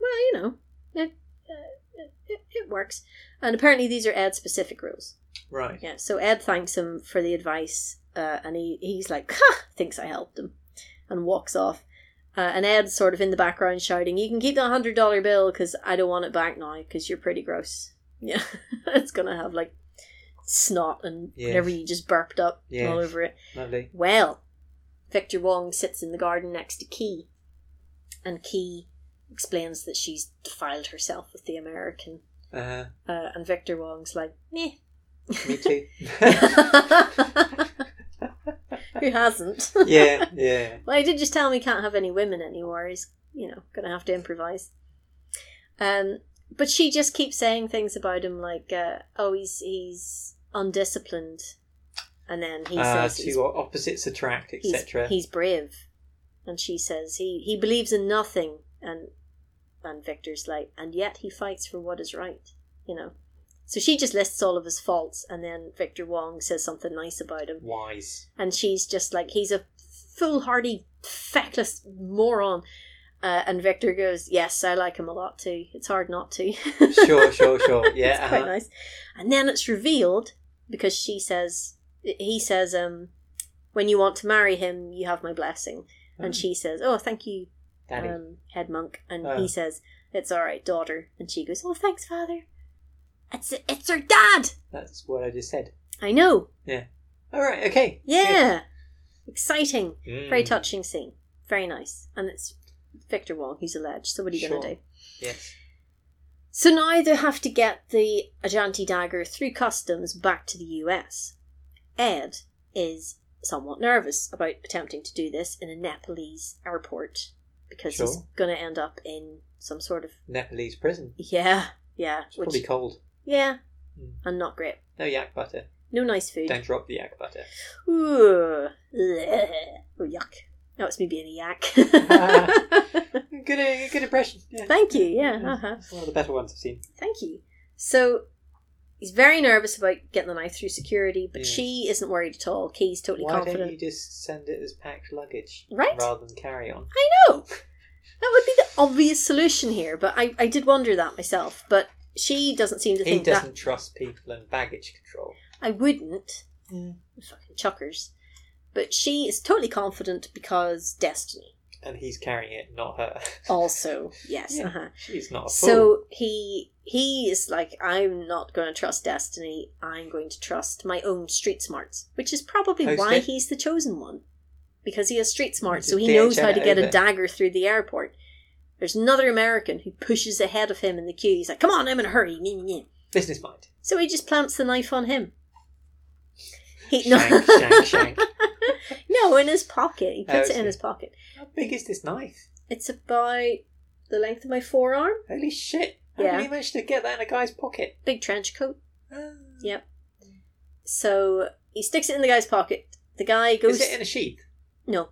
S2: Well, you know, it, uh, it, it, it works. And apparently, these are Ed specific rules.
S1: Right.
S2: Yeah, so Ed thanks him for the advice, uh, and he, he's like, ha, thinks I helped him, and walks off. Uh, and Ed's sort of in the background shouting, you can keep that $100 bill because I don't want it back now because you're pretty gross. [LAUGHS] Yeah, it's going to have like snot and
S1: Yes.
S2: whatever you just burped up
S1: Yes.
S2: all over it.
S1: Lovely.
S2: Well, Victor Wong sits in the garden next to Key, and Key explains that she's defiled herself with the American.
S1: Uh,
S2: Uh, and Victor Wong's like, meh.
S1: me too. [LAUGHS]
S2: Who [LAUGHS] hasn't?
S1: yeah, yeah.
S2: Well, he did just tell me he can't have any women anymore. He's, you know, going to have to improvise. Um, but she just keeps saying things about him like, uh, "Oh, he's he's undisciplined," and then [LAUGHS] he
S1: Ah,
S2: says
S1: two
S2: he's,
S1: opposites attract,
S2: he's
S1: etc.
S2: he's brave, and she says he he believes in nothing, and and Victor's like, and yet he fights for what is right, you know. So she just lists all of his faults, and then Victor Wong says something nice about him
S1: Wise.
S2: and she's just like he's a foolhardy feckless moron uh, and victor goes yes i like him a lot too it's hard not to [LAUGHS]
S1: Sure, sure, sure.
S2: it's
S1: Yeah.
S2: quite
S1: uh-huh.
S2: nice and then it's revealed because she says he says um when you want to marry him you have my blessing and
S1: Hmm.
S2: she says oh thank you
S1: Danny.
S2: um, head monk and
S1: Oh.
S2: he says it's all right daughter and she goes oh thanks father it's it's her dad
S1: That's what I just said.
S2: i know
S1: All right. Okay.
S2: yeah. exciting
S1: Good. Mm.
S2: Very touching scene. Very nice. And it's Victor Wong who's alleged, so what are you going
S1: Sure.
S2: to do?
S1: Yes.
S2: So now they have to get the Ajanti dagger through customs back to the US. Ed is somewhat nervous about attempting to do this in a Nepalese airport because he's
S1: Sure.
S2: going to end up in some sort of.
S1: Nepalese prison.
S2: Yeah, yeah.
S1: It's
S2: Which,
S1: probably cold.
S2: yeah,
S1: Mm.
S2: and not great.
S1: No yak butter.
S2: No nice food.
S1: Don't drop the yak butter.
S2: Ooh, bleh. oh, yuck. That was me being a
S1: [LAUGHS]
S2: yak.
S1: Good, uh, good impression. Yeah.
S2: [LAUGHS] Thank you, yeah,
S1: [LAUGHS]
S2: uh-huh.
S1: It's one of the better ones I've seen.
S2: Thank you. So he's very nervous about getting the knife through security, but
S1: Yes.
S2: she isn't worried at all. Key's totally
S1: Why don't
S2: confident.
S1: you just send it as packed luggage
S2: Right?
S1: rather than carry on?
S2: No! That would be the obvious solution here, but I, I did wonder that myself. But she doesn't seem to
S1: He
S2: think
S1: doesn't
S2: that.
S1: trust people and baggage control.
S2: I wouldn't.
S1: Mm.
S2: Fucking chuckers. But she is totally confident because destiny.
S1: And he's carrying it, not her. [LAUGHS]
S2: Also, yes.
S1: Yeah.
S2: Uh-huh.
S1: She's not a fool.
S2: So he he is like, I'm not going to trust destiny. I'm going to trust my own street smarts, which is probably
S1: How's
S2: why
S1: that?
S2: he's the chosen one because he has street smarts,
S1: Just
S2: so he
S1: DHL
S2: knows how to
S1: it
S2: get a
S1: over.
S2: dagger through the airport. There's another American who pushes ahead of him in the queue. He's like, "Come on, I'm in a hurry!" nyeh, nyeh, nyeh."
S1: Business mind.
S2: [LAUGHS] So he just plants the knife on him. He, [LAUGHS]
S1: Shank, shank, shank.
S2: no, in his pocket. He
S1: Oh,
S2: puts it
S1: I
S2: in
S1: see.
S2: his pocket.
S1: How big is this knife?
S2: It's about the length of my forearm.
S1: Holy shit! How
S2: Yeah.
S1: did he manage to get that in a guy's pocket?
S2: Big trench coat.
S1: Ah.
S2: Yep. So he sticks it in the guy's pocket. The guy goes.
S1: Is it in a sheath?
S2: no.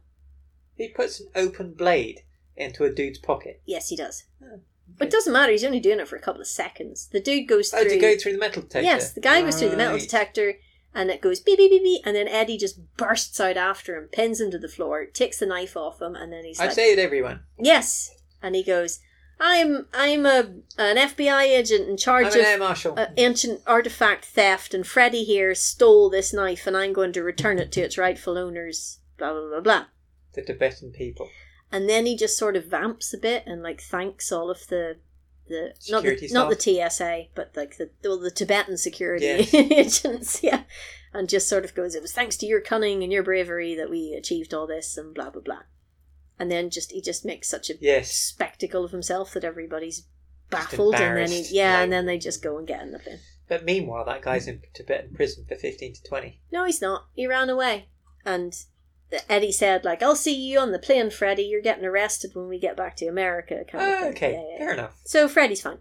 S1: He puts an open blade into a dude's pocket.
S2: Yes, he does.
S1: Oh,
S2: But it doesn't matter. He's only doing it for a couple of seconds. The dude goes through.
S1: Oh, to go through the metal detector.
S2: Yes, the guy goes through the metal
S1: Right.
S2: detector, and it goes beep beep beep beep, and then Eddie just bursts out after him, pins him to the floor, takes the knife off him, and then he's
S1: I've
S2: like,
S1: saved everyone.
S2: "Yes," and he goes, "I'm I'm a an FBI agent in
S1: I'm
S2: charge
S1: an air
S2: of."
S1: marshal.
S2: Uh, ancient artifact theft, and Freddy here stole this knife, and I'm going to return it to its rightful owners. Blah blah blah blah.
S1: the Tibetan people.
S2: and then he just sort of vamps a bit and like thanks all of the the not the,
S1: Security
S2: not the TSA but like the all the Tibetan security
S1: Yes.
S2: [LAUGHS] agents yeah and just sort of goes it was thanks to your cunning and your bravery that we achieved all this and blah blah blah and then just he just makes such a
S1: Yes.
S2: spectacle of himself that everybody's baffled and then he,
S1: embarrassed,
S2: yeah
S1: like-
S2: and then they just go and get in the bin
S1: But meanwhile, that guy's in Tibetan prison for 15 to 20.
S2: no he's not he ran away and Eddie said like I'll see you on the plane Freddy you're getting arrested when we get back to America kind of
S1: Oh,
S2: thing.
S1: okay,
S2: Yeah, yeah, yeah.
S1: fair enough.
S2: So Freddy's fine.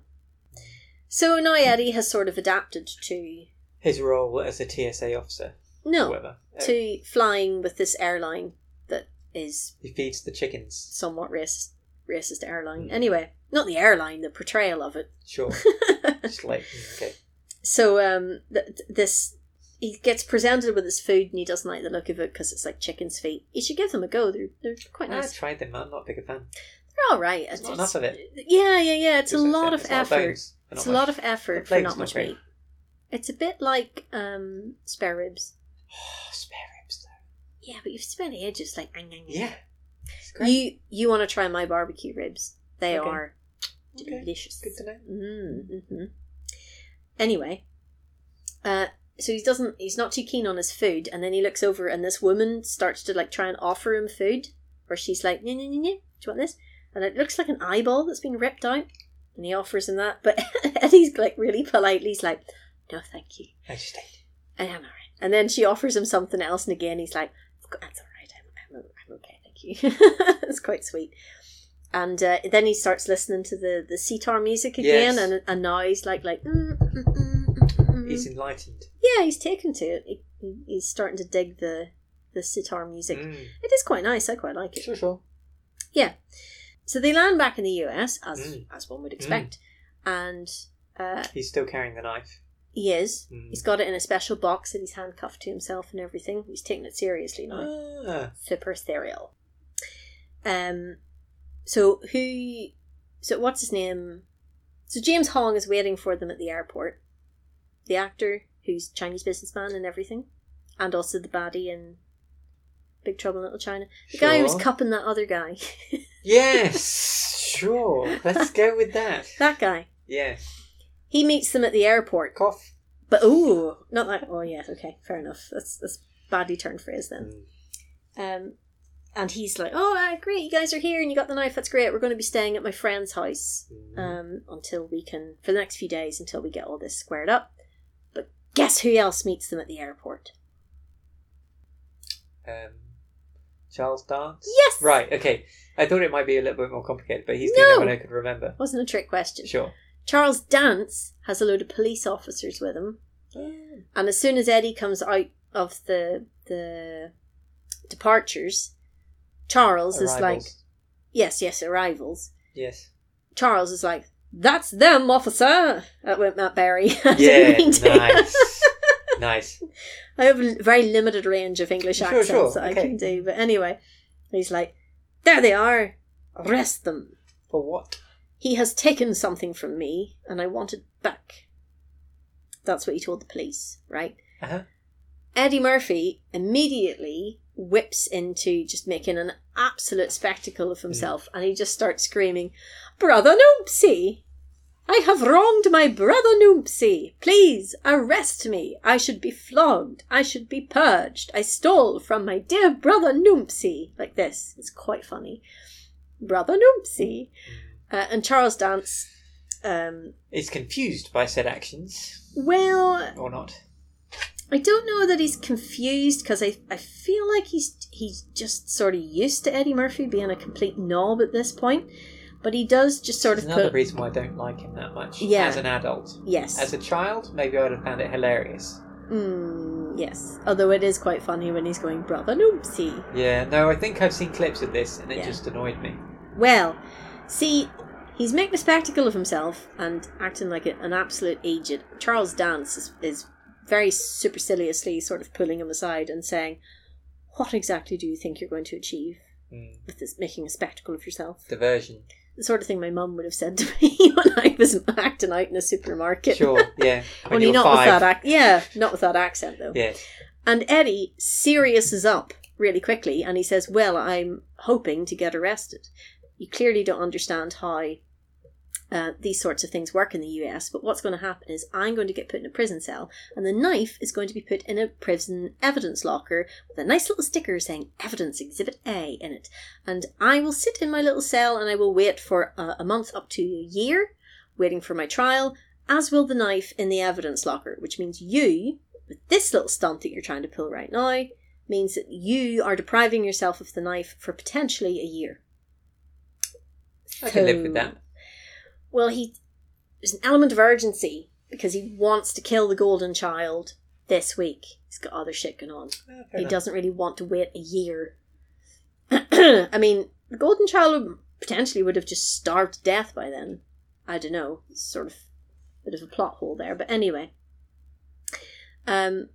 S2: So now Eddie has sort of adapted to
S1: His role as a TSA officer,
S2: no
S1: however. Uh,
S2: Oh, to flying with this airline that is
S1: he feeds the chickens.
S2: somewhat racist, racist airline.
S1: Hmm.
S2: Anyway, not the airline, the portrayal of it. [LAUGHS]
S1: Sure. Just like, mm, okay.
S2: So um, th- this he gets presented with his food and he doesn't like the look of it because it's like chicken's feet. You should give them a go. They're they're quite
S1: I
S2: nice.
S1: tried them, I'm not a big a fan.
S2: They're all right.
S1: There's not enough of it.
S2: Yeah, yeah, yeah. It's a
S1: Just like
S2: lot
S1: that,
S2: of
S1: there's
S2: effort.
S1: bones, but not
S2: It's a lot
S1: much.
S2: of effort
S1: The
S2: for
S1: flake's
S2: not
S1: not
S2: much
S1: great.
S2: meat. It's a bit like um, spare ribs.
S1: Oh, spare ribs, though.
S2: Yeah, but you've spent ages like ang, ang, ang.
S1: Yeah. It's great.
S2: You you want to try my barbecue ribs? They
S1: Okay.
S2: are
S1: Okay,
S2: delicious.
S1: Good to know.
S2: Mm, hmm Anyway, uh, so he doesn't. He's not too keen on his food, and then he looks over, and this woman starts to like try and offer him food, where she's like, "No, no, no, no. Do you want this?" And it looks like an eyeball that's been ripped out, and he offers him that, but [LAUGHS] Eddie's like really politely, he's like, "No, thank you.
S1: I just ate.
S2: I am alright. And then she offers him something else, and again he's like, "That's alright. I'm, I'm, I'm okay. Thank you." [LAUGHS] it's quite sweet. And uh, then he starts listening to the the sitar music again,
S1: Yes.
S2: and and now he's like like, mm, mm, mm, mm, mm.
S1: He's enlightened.
S2: yeah, he's taken to it. He, he- he's starting to dig the the sitar music.
S1: Mm.
S2: It is quite nice. I quite like it.
S1: Sure, sure.
S2: So they land back in the U.S. as
S1: Mm.
S2: as one would expect, and uh,
S1: He's still carrying the knife.
S2: he is.
S1: Mm.
S2: He's got it in a special box that he's handcuffed to himself and everything. He's taking it seriously now.
S1: Ah,
S2: super serial. Um, so who? So what's his name? So James Hong is waiting for them at the airport. The actor who's Chinese businessman and everything, and also the baddie in Big Trouble in Little China. The guy who's
S1: sure.
S2: cupping that other guy. [LAUGHS]
S1: Yes, sure. Let's go with that.
S2: that guy.
S1: Yes.
S2: He meets them at the airport.
S1: Cough.
S2: But ooh, not that. Oh yeah, okay, fair enough. That's that's badly turned phrase then.
S1: Mm.
S2: Um, and he's like, "Oh, ah, great! You guys are here, and you got the knife. That's great. We're going to be staying at my friend's house
S1: mm,
S2: um, until we can for the next few days until we get all this squared up." But guess who else meets them at the airport?
S1: um, Charles Dance?
S2: Yes,
S1: Right, okay. I thought it might be a little bit more complicated, but he's the
S2: No.
S1: only one I could remember.
S2: Wasn't a trick question.
S1: Sure.
S2: Charles Dance has a load of police officers with him, and as soon as Eddie comes out of the the departures, Charles is like,
S1: Arrivals.
S2: "Yes, yes, arrivals." [LAUGHS]
S1: Yes.
S2: Charles is like, "That's them, officer." That went Matt Berry. [LAUGHS] I
S1: Yeah,
S2: didn't mean to.
S1: nice. nice.
S2: [LAUGHS] I have a very limited range of English
S1: Sure,
S2: accents
S1: sure,
S2: that I
S1: okay.
S2: can do, but anyway, he's like, "There they are. Arrest them.
S1: For what?
S2: He has taken something from me, and I want it back." That's what he told the police, right?
S1: Uh-huh.
S2: Eddie Murphy immediately whips into just making an absolute spectacle of himself and he just starts screaming, Brother Noompsy! I have wronged my brother Noompsy! Please arrest me! I should be flogged! I should be purged! I stole from my dear brother Noompsy! Like this. It's quite funny. Brother Noompsy! Uh, and Charles Dance, um,
S1: Is confused by said actions.
S2: well,
S1: Or not.
S2: I don't know that he's confused because I, I feel like he's he's just sort of used to Eddie Murphy being a complete knob at this point. But he does just sort of
S1: It's another
S2: put.
S1: reason why I don't like him that much
S2: Yeah.
S1: as an adult.
S2: Yes.
S1: As a child, maybe I would have found it hilarious.
S2: Mm, yes. Although it is quite funny when he's going, brother Noopsy.
S1: Yeah, no, I think I've seen clips of this and it
S2: Yeah.
S1: just annoyed me.
S2: Well, see, he's making a spectacle of himself and acting like a- an absolute agent. Charles Dance is, is very superciliously sort of pulling him aside and saying, What exactly do you think you're going to achieve
S1: Mm.
S2: with this making a spectacle of yourself?
S1: Diversion.
S2: The sort of thing my mum would have said to me [LAUGHS] when I was acting out in a supermarket.
S1: Sure,
S2: [LAUGHS]
S1: yeah. When
S2: Only
S1: you're
S2: not
S1: five.
S2: with that ac- yeah, not with that accent though.
S1: Yeah.
S2: And Eddie seriouses up really quickly and he says, Well, I'm hoping to get arrested. You clearly don't understand how uh, these sorts of things work in the US, but what's going to happen is I'm going to get put in a prison cell and the knife is going to be put in a prison evidence locker with a nice little sticker saying Evidence Exhibit A in it. And I will sit in my little cell and I will wait for uh, a month up to a year, waiting for my trial, as will the knife in the evidence locker, which means you but this little stunt that you're trying to pull right now means that you are depriving yourself of the knife for potentially a year.
S1: I can live
S2: So-
S1: with that.
S2: Well, he there's an element of urgency because he wants to kill the golden child this week. He's got other shit going on.
S1: Yeah, fair
S2: He
S1: enough.
S2: doesn't really want to wait a year. [CLEARS THROAT] I mean, the golden child would- potentially would have just starved to death by then. I don't know. It's sort of a bit of a plot hole there, but anyway. Um,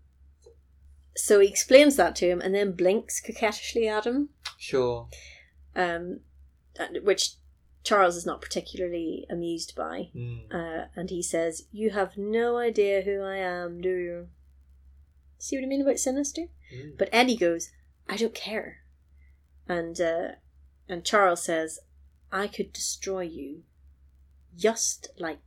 S2: so he explains that to him and then blinks coquettishly at him
S1: Sure.
S2: um, and- which Charles is not particularly amused by.
S1: Mm.
S2: Uh, and he says, You have no idea who I am, do you? See what I mean about sinister?
S1: Mm.
S2: But Eddie goes, I don't care. And, uh, and Charles says, I could destroy you. Just like.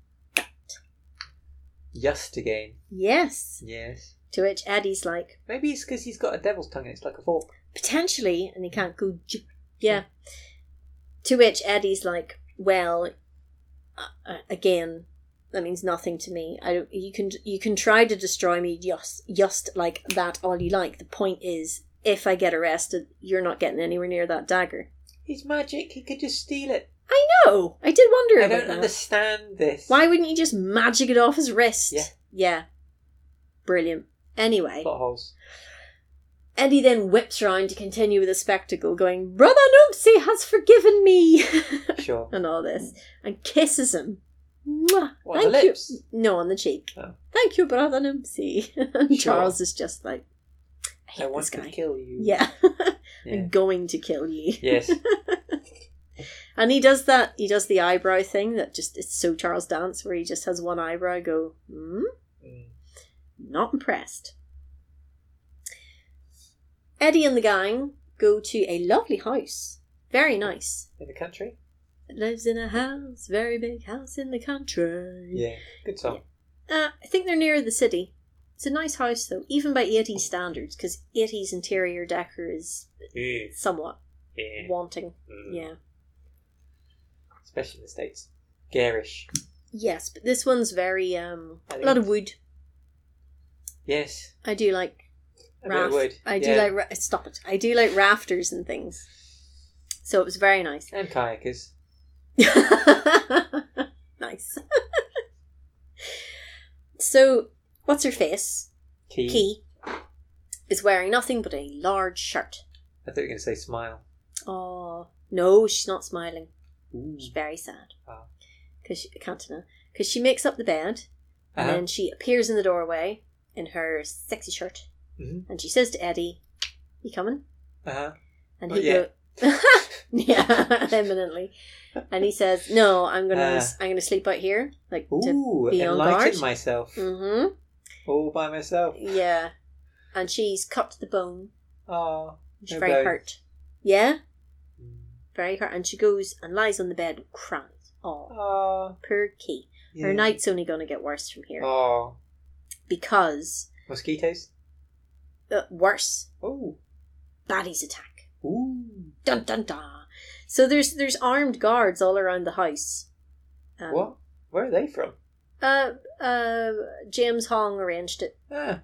S1: Just again.
S2: Yes.
S1: Yes.
S2: To which Eddie's like,
S1: Maybe it's because he's got a devil's tongue and it's like a fork.
S2: potentially, and he can't go. j- Yeah. To which Eddie's like, "Well, uh, uh, again, that means nothing to me. I don't, you can you can try to destroy me just just like that all you like. The point is, if I get arrested, you're not getting anywhere near that dagger."
S1: He's magic, he could just steal it.
S2: No, I did wonder.
S1: I
S2: about
S1: don't
S2: that.
S1: understand this.
S2: Why wouldn't you just magic it off his wrist?
S1: Yeah.
S2: Yeah. Brilliant. Anyway.
S1: Potholes.
S2: Eddie then whips round to continue with the spectacle, going, Brother Noopsy has forgiven me! [LAUGHS]
S1: Sure.
S2: and all this, and kisses him. Mwah!
S1: What, on the lips?
S2: you. No, on the cheek.
S1: Oh.
S2: Thank you, Brother Noopsy. [LAUGHS] and
S1: Sure.
S2: Charles is just like, I
S1: I
S2: hate
S1: want
S2: this
S1: to
S2: guy.
S1: kill you.
S2: yeah, [LAUGHS]
S1: Yeah.
S2: I'm going to kill you. [LAUGHS]
S1: yes.
S2: And he does that, he does the eyebrow thing that just, it's so Charles Dance, where he just has one eyebrow go, hmm?
S1: Mm.
S2: not impressed. Eddie and the gang go to a lovely house. Very nice.
S1: In the country?
S2: Lives in a house, very big house in the country.
S1: Yeah. Good song.
S2: Uh, I think they're near the city. It's a nice house though, even by 80s standards, because 80s interior decor is
S1: Yeah.
S2: somewhat
S1: Yeah.
S2: wanting.
S1: Mm.
S2: Yeah.
S1: Especially in the States. Garish.
S2: Yes, but this one's very, um,
S1: I
S2: a
S1: think
S2: lot of wood.
S1: Yes.
S2: I do like
S1: A bit of
S2: raft-
S1: wood.
S2: I do
S1: Yeah.
S2: like, ra- stop it. I do like rafters and things. So it was very nice. [LAUGHS]
S1: And kayakers.
S2: nice. [LAUGHS] so, what's her face?
S1: Key.
S2: Key is wearing nothing but a large shirt.
S1: I thought you were going to say smile.
S2: Oh no, she's not smiling.
S1: Ooh.
S2: She's very sad
S1: Ah.
S2: because she I can't know because she makes up the bed and
S1: Uh-huh.
S2: then she appears in the doorway in her sexy shirt
S1: Mhm.
S2: and she says to Eddie, "You coming?"
S1: Uh-huh.
S2: And
S1: Not
S2: he goes, [LAUGHS] "Yeah, [LAUGHS] eminently." And he says, "No, I'm gonna
S1: Ah.
S2: I'm gonna sleep out here, like to
S1: Ooh,
S2: be on
S1: enlighten
S2: guard.
S1: myself.
S2: Mm-hmm.
S1: All by myself.
S2: Yeah. And she's cut to the bone.
S1: Oh.
S2: She's
S1: No
S2: very
S1: bone.
S2: hurt. Yeah, very hurt. And she goes and lies on the bed and cries. Oh,
S1: Oh.
S2: poor Key.
S1: Yeah.
S2: Her night's only going to get worse from here.
S1: Oh.
S2: Because,
S1: Mosquitoes?
S2: uh, worse,
S1: Oh.
S2: baddies attack.
S1: Ooh.
S2: Dun dun dun. So there's there's armed guards all around the house. Um,
S1: What? Where are they from?
S2: Uh, uh, James Hong arranged it.
S1: Ah,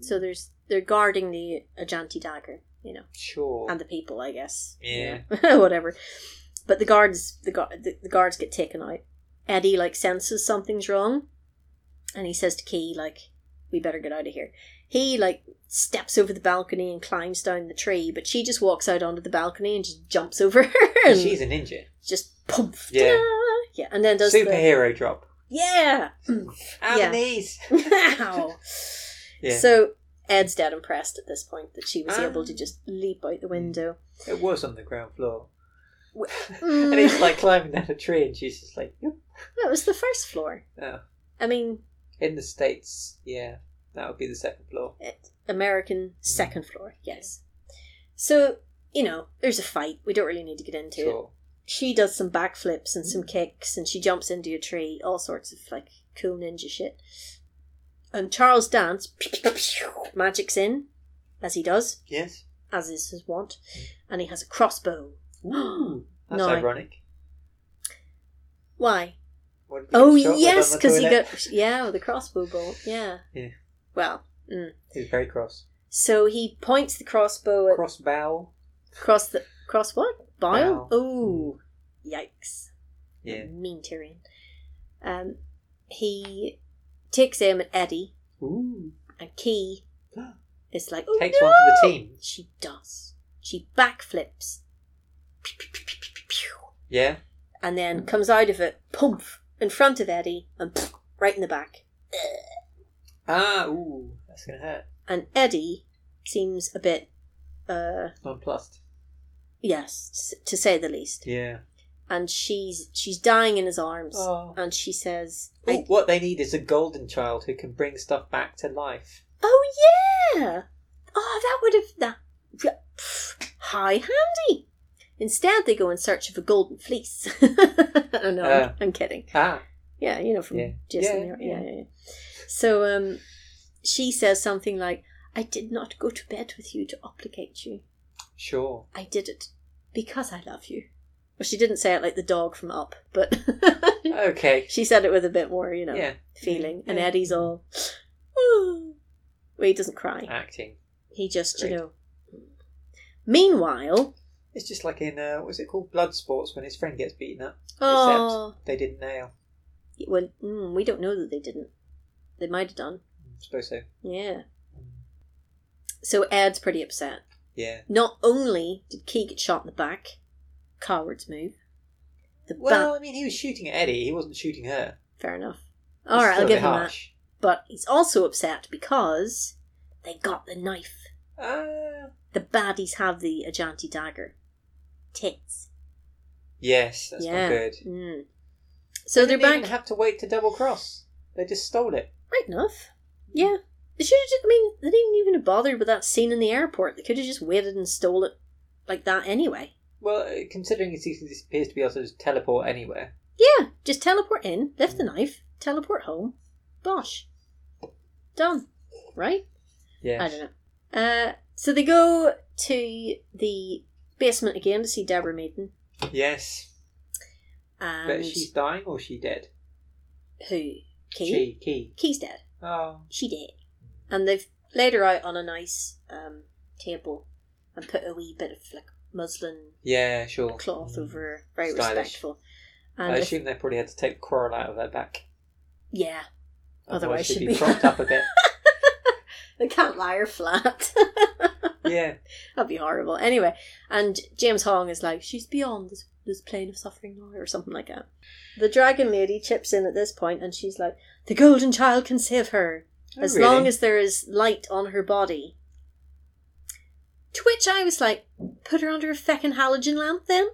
S2: So there's they're guarding the Ajanti dagger, you know.
S1: sure.
S2: and the people, I guess.
S1: Yeah.
S2: Yeah. [LAUGHS] Whatever. But the guards, the, gu- the, the guards get taken out. Eddie like senses something's wrong, and he says to Key like, "We better get out of here." He like steps over the balcony and climbs down the tree, but she just walks out onto the balcony and just jumps over [LAUGHS] her and
S1: She's a ninja.
S2: just poof,
S1: Yeah.
S2: yeah, [LAUGHS] yeah, and then does the
S1: Superhero drop. [LAUGHS]
S2: yeah.
S1: And
S2: Yeah.
S1: the
S2: [LAUGHS]
S1: knees.
S2: Ow.
S1: Yeah.
S2: So Ed's dead impressed at this point that she was
S1: Ah.
S2: able to just leap out the window.
S1: [LAUGHS] It was on the ground floor. [LAUGHS] and
S2: Mm.
S1: he's
S2: [LAUGHS]
S1: like climbing down a tree and she's just like, "Yep."
S2: That was the first floor.
S1: Oh.
S2: I mean,
S1: in the States, yeah, that would be the second floor.
S2: it,
S1: Hmm.
S2: American second floor, yes. So, you know, there's a fight. We don't really need to get into it.
S1: Sure.
S2: She does some backflips and some kicks and she jumps into a tree, all sorts of like cool ninja shit. And Charles Dance [LAUGHS] magics in, as he does,
S1: Yes.
S2: as is his wont, and he has a crossbow. [GASPS]
S1: That's
S2: No.
S1: ironic.
S2: Why?
S1: What did he
S2: Oh
S1: get shot with
S2: yes,
S1: on the
S2: because he
S1: toilet?
S2: got [LAUGHS] yeah with the crossbow bolt. Yeah.
S1: Yeah.
S2: Well, mm.
S1: He's very cross.
S2: so he points the crossbow at
S1: Cross bow.
S2: cross the cross what
S1: Bile.
S2: bile?
S1: Mm.
S2: Oh, yikes!
S1: Yeah.
S2: mean Tyrion. Um, he takes aim at Eddie,
S1: Ooh.
S2: and
S1: [GASPS]
S2: Key is like "Oh,
S1: Takes one to the
S2: no!"
S1: team.
S2: She does. She backflips, Pew, pew, pew, pew, pew, pew,
S1: Yeah.
S2: and then
S1: Mm.
S2: comes out of it, poof, in front of Eddie, and pff, right in the back.
S1: Ah, ooh. That's going to hurt.
S2: and Eddie seems a bit, uh,
S1: Nonplussed.
S2: yes, s- to say the least.
S1: Yeah.
S2: And she's she's dying in his arms,
S1: Oh.
S2: and she says,
S1: Ooh,
S2: Um, I,
S1: what they need is a golden child who can bring stuff back to life.
S2: "Oh yeah, oh that would have that yeah, [SIGHS] pff, high handy." Instead, they go in search of a golden fleece. [LAUGHS] oh no, I'm-
S1: Ah.
S2: I'm kidding.
S1: Ah.
S2: Yeah, you know from
S1: Yeah. Yeah,
S2: Jason. Yeah, yeah, yeah. yeah. So um, she says something like, "I did not go to bed with you to obligate you."
S1: Sure.
S2: [LAUGHS] I did it because I love you. Well, she didn't say it like the dog from Up, but [LAUGHS]
S1: Okay.
S2: she said it with a bit more, you know,
S1: Yeah.
S2: feeling. And
S1: Yeah.
S2: Eddie's all, "Ooh." well, he doesn't cry.
S1: Acting.
S2: He just, you
S1: Uh, Great.
S2: know. Meanwhile,
S1: It's just like in, uh, what is it called? Blood Sports when his friend gets beaten up.
S2: oh,
S1: They didn't nail.
S2: well, mm, we don't know that they didn't. They might have done.
S1: I suppose so.
S2: Yeah. Mm. So Ed's pretty upset.
S1: Yeah.
S2: Not only did Key get shot in the back, coward's move. The
S1: Well,
S2: ba-
S1: I mean, he was shooting at Eddie. He wasn't shooting her.
S2: fair enough.
S1: It's
S2: All right,
S1: still
S2: I'll
S1: a
S2: give
S1: bit
S2: him that.
S1: harsh.
S2: but he's also upset because they got the knife.
S1: Ah.
S2: The baddies have the Ajanti dagger. Tits.
S1: yes, that's not
S2: Yeah.
S1: good.
S2: Mm. So
S1: they
S2: they're
S1: didn't
S2: back.
S1: even have to wait to double cross. They just stole it.
S2: right enough.
S1: Hmm.
S2: Yeah. They should have just, I mean, they didn't even have bothered with that scene in the airport. They could have just waited and stole it like that anyway.
S1: Well, uh, considering it seems this appears to be able to just teleport anywhere.
S2: Yeah, just teleport in, lift the knife, teleport home. Bosh. Done. Right?
S1: Yeah.
S2: I don't know. Uh, so they go to the basement again to see Deborah Maiden.
S1: Yes.
S2: And
S1: But she's dying or she dead?
S2: who Key.
S1: She, Key.
S2: Key's dead.
S1: Oh.
S2: She dead. And they've laid her out on a nice um, table and put a wee bit of like muslin
S1: Yeah, sure.
S2: cloth
S1: Mm.
S2: over her. Very
S1: Stylish.
S2: respectful. And
S1: I
S2: if-
S1: assume they probably had to take Coral out of their back.
S2: yeah, [LAUGHS] Otherwise
S1: she'd
S2: she'd
S1: be
S2: be-
S1: propped up a
S2: [LAUGHS]
S1: bit.
S2: they can't lie her flat.
S1: Yeah.
S2: That'd be horrible. Anyway, and James Hong is like, she's beyond this, this plane of suffering now, or something like that. The dragon lady chips in at this point and she's like, the golden child can save her.
S1: Oh,
S2: as
S1: really?
S2: long as there is light on her body. To which I was like, put her under a feckin' halogen lamp then?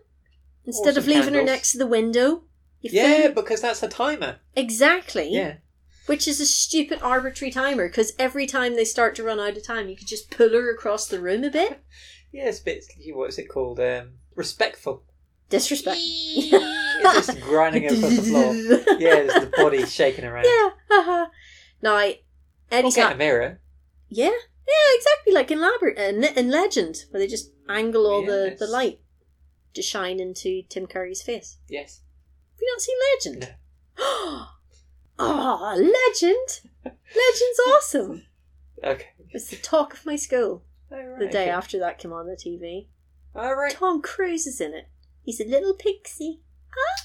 S2: Instead of
S1: some
S2: leaving her
S1: candles.
S2: next to the window? You
S1: Yeah,
S2: fool.
S1: because that's a timer.
S2: Exactly.
S1: Yeah.
S2: Which is a stupid arbitrary timer, because every time they start to run out of time, you could just pull her across the room
S1: [LAUGHS]
S2: a bit.
S1: Yeah, it's a bit, what is it called? Um, respectful.
S2: Disrespect.
S1: [LAUGHS] It's just grinding across the
S2: [LAUGHS]
S1: floor. Yeah, there's the body shaking around.
S2: Yeah, haha. Now,
S1: Or
S2: Eddie's
S1: get
S2: got
S1: a mirror.
S2: Yeah, yeah, exactly. Like in Labyrinth, uh, in- in Legend, where they just angle all
S1: Yes.
S2: the, the light to shine into Tim Curry's face.
S1: Yes.
S2: Have you not seen Legend? [GASPS] oh, Legend! Legend's awesome.
S1: Okay.
S2: It was the talk of my school
S1: All right,
S2: the day
S1: okay.
S2: after that came on the TV.
S1: All right.
S2: Tom Cruise is in it. He's a little pixie.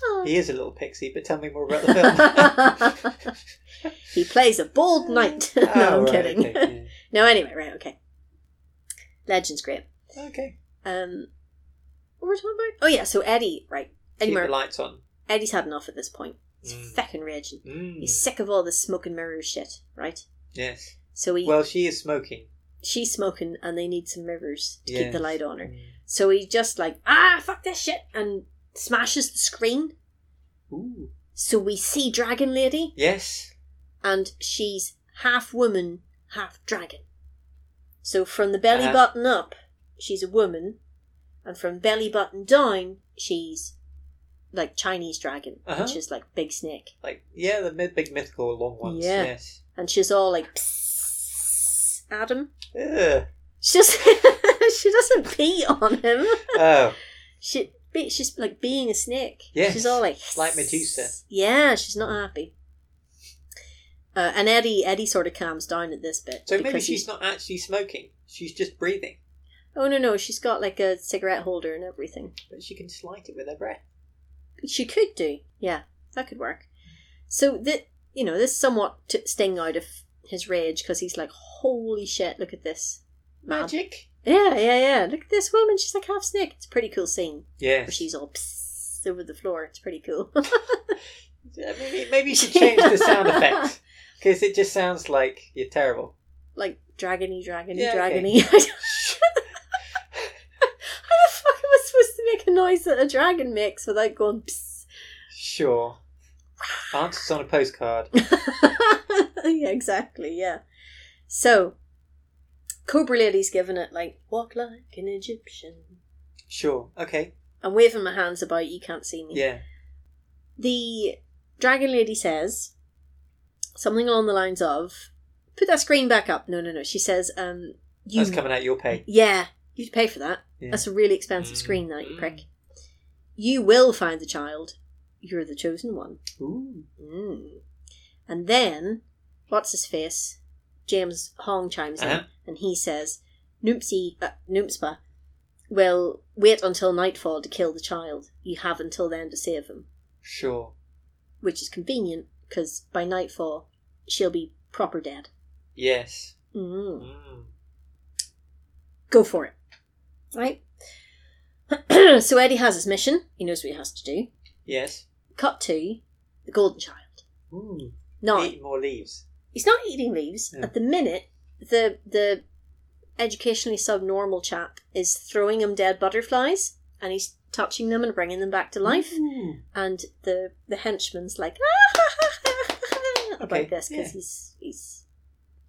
S2: Ah.
S1: He is a little pixie, but tell me more about the film.
S2: he plays a [LAUGHS] bald knight. [LAUGHS] no,
S1: Oh,
S2: I'm
S1: right,
S2: kidding.
S1: Okay.
S2: no, anyway, right, okay. Legend's great. [LAUGHS]
S1: yeah. okay.
S2: Um, what were we talking about? Oh, yeah, so Eddie, right. Eddie
S1: Keep the
S2: Murphy.
S1: lights on.
S2: Eddie's had enough at this point. He's
S1: Mm.
S2: feckin' raging.
S1: Mm.
S2: He's sick of all this smoke and mirror shit, right?
S1: Yes.
S2: So he,
S1: Well, she is smoking.
S2: she's smoking and they need some mirrors to keep
S1: Yes.
S2: the
S1: Mm.
S2: light on her. So he just like, ah, fuck this shit, and smashes the screen.
S1: Ooh.
S2: So we see Dragon Lady,
S1: Yes.
S2: and she's half woman, half dragon. So from the belly
S1: Uh-huh.
S2: button up, she's a woman, and from belly button down, she's like Chinese dragon,
S1: Uh-huh.
S2: which is like big snake.
S1: Like yeah, the mid- big mythical long ones.
S2: Yeah.
S1: Yes.
S2: And she's all like, "Psst, Adam.
S1: Ugh.
S2: She just [LAUGHS] she doesn't pee on him.
S1: oh.
S2: She be, she's like being a snake.
S1: Yes,
S2: she's all like
S1: like Medusa.
S2: Yeah, she's not happy. Uh, and Eddie Eddie sort of calms down at this bit. [LAUGHS]
S1: So maybe
S2: because
S1: she's
S2: he-
S1: not actually smoking. She's just breathing,
S2: Oh no no, she's got like a cigarette holder and everything.
S1: but she can slight it with her breath.
S2: She could do. Yeah, that could work. So that you know this somewhat took sting out of his rage because he's like, holy shit, look at this. man."
S1: Magic.
S2: Yeah yeah yeah. Look at this woman. She's like half snake. It's a pretty cool scene. where
S1: Yes.
S2: she's all psst over the floor. It's pretty cool. [LAUGHS]
S1: Yeah, maybe maybe you should change the sound
S2: [LAUGHS]
S1: effect because it just sounds like you're terrible.
S2: like dragony, dragony,
S1: Yeah, okay.
S2: dragony. [LAUGHS] How the fuck am I supposed to make a noise that a dragon makes without going psst?
S1: Sure. Answers on a postcard.
S2: [LAUGHS] yeah, exactly. Yeah. So, Cobra Lady's given it like walk like an Egyptian.
S1: Sure. Okay.
S2: I'm waving my hands about. You can't see me.
S1: Yeah.
S2: The Dragon Lady says something along the lines of, "Put that screen back up." No, no, no. She says, um, "You
S1: That's coming out your pay.
S2: Yeah, you'd pay for that.
S1: Yeah. Mm.
S2: That's a really expensive screen, that you prick. You will find the child. You're the chosen one.
S1: Ooh.
S2: Mm. And then, what's his face? James Hong chimes
S1: Uh-huh.
S2: in and he says, Noompsy, uh, Noompspa will wait until nightfall to kill the child. You have until then to save him,
S1: Sure.
S2: which is convenient because by nightfall she'll be proper dead.
S1: Yes.
S2: Mm.
S1: Mm.
S2: go for it. Right? [CLEARS THROAT] so Eddie has his mission. He knows what he has to do.
S1: Yes.
S2: Cut to the golden child.
S1: Ooh.
S2: No,
S1: Eat more leaves.
S2: he's not eating leaves.
S1: Yeah.
S2: At the minute, the the educationally subnormal chap is throwing him dead butterflies and he's touching them and bringing them back to
S1: Mm-hmm.
S2: life.
S1: Ooh.
S2: And the the henchman's like "Ah, about
S1: Okay,
S2: this because
S1: yeah.
S2: he's he's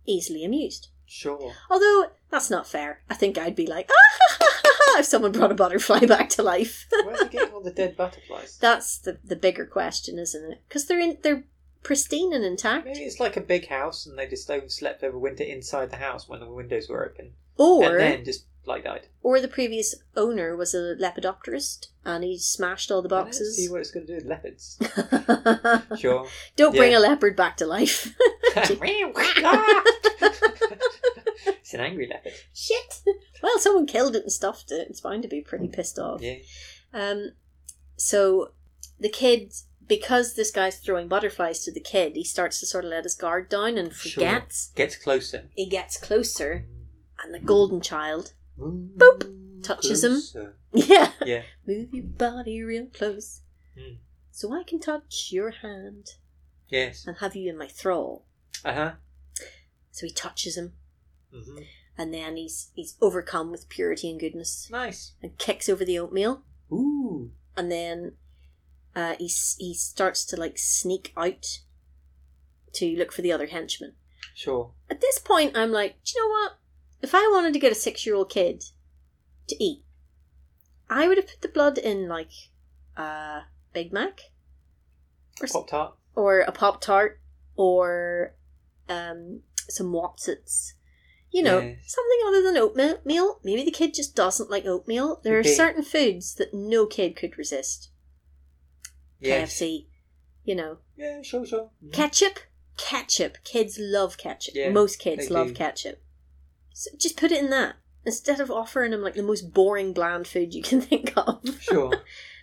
S2: easily amused.
S1: Sure.
S2: Although that's not fair. I think I'd be like, "Ah, if someone brought a butterfly [LAUGHS] back to life.
S1: Where's he getting all the dead
S2: [LAUGHS]
S1: butterflies?
S2: that's the the bigger question, isn't it? Because they're in they're pristine and intact.
S1: Maybe it's like a big house and they just overslept over winter inside the house when the windows were open. and
S2: Or
S1: then just like died.
S2: or the previous owner was a lepidopterist and he smashed all the
S1: I don't see
S2: boxes.
S1: what it's going to do with leopards. Sure.
S2: [LAUGHS] Don't bring
S1: Yeah.
S2: a leopard back to life. [LAUGHS]
S1: it's an angry leopard.
S2: Shit. Well, someone killed it and stuffed it. It's bound to be pretty pissed off.
S1: Yeah.
S2: Um, so the kid, because this guy's throwing butterflies to the kid, he starts to sort of let his guard down and
S1: Sure.
S2: forgets.
S1: Gets closer.
S2: He gets closer, and the golden child, [LAUGHS]
S1: Boop.
S2: Touches him. yeah,
S1: Yeah.
S2: move your body real close,
S1: Hmm.
S2: so I can touch your hand
S1: Yes.
S2: and have you in my thrall.
S1: Uh huh.
S2: So he touches him,
S1: hmm
S2: and then he's he's overcome with purity and goodness,
S1: Nice.
S2: and kicks over the oatmeal,
S1: Ooh.
S2: and then uh, he s- he starts to like sneak out to look for the other henchman.
S1: Sure.
S2: At this point, I'm like, do you know what? If I wanted to get a six year old kid to eat, I would have put the blood in like a Big Mac or, s-
S1: Pop tart.
S2: or a Pop Tart or um, some Watsits. You know,
S1: Yes.
S2: something other than oatmeal. Maybe the kid just doesn't like oatmeal. There are
S1: Okay.
S2: certain foods that no kid could resist.
S1: Yes.
S2: KFC, you know,
S1: Yeah. Sure. Sure. Mhm.
S2: Ketchup, ketchup. Kids love ketchup.
S1: Yeah,
S2: Most kids
S1: they
S2: love
S1: do.
S2: ketchup. So just put it in that instead of offering them like the most boring bland food you can [LAUGHS] think of.
S1: Mm-hmm. Sure.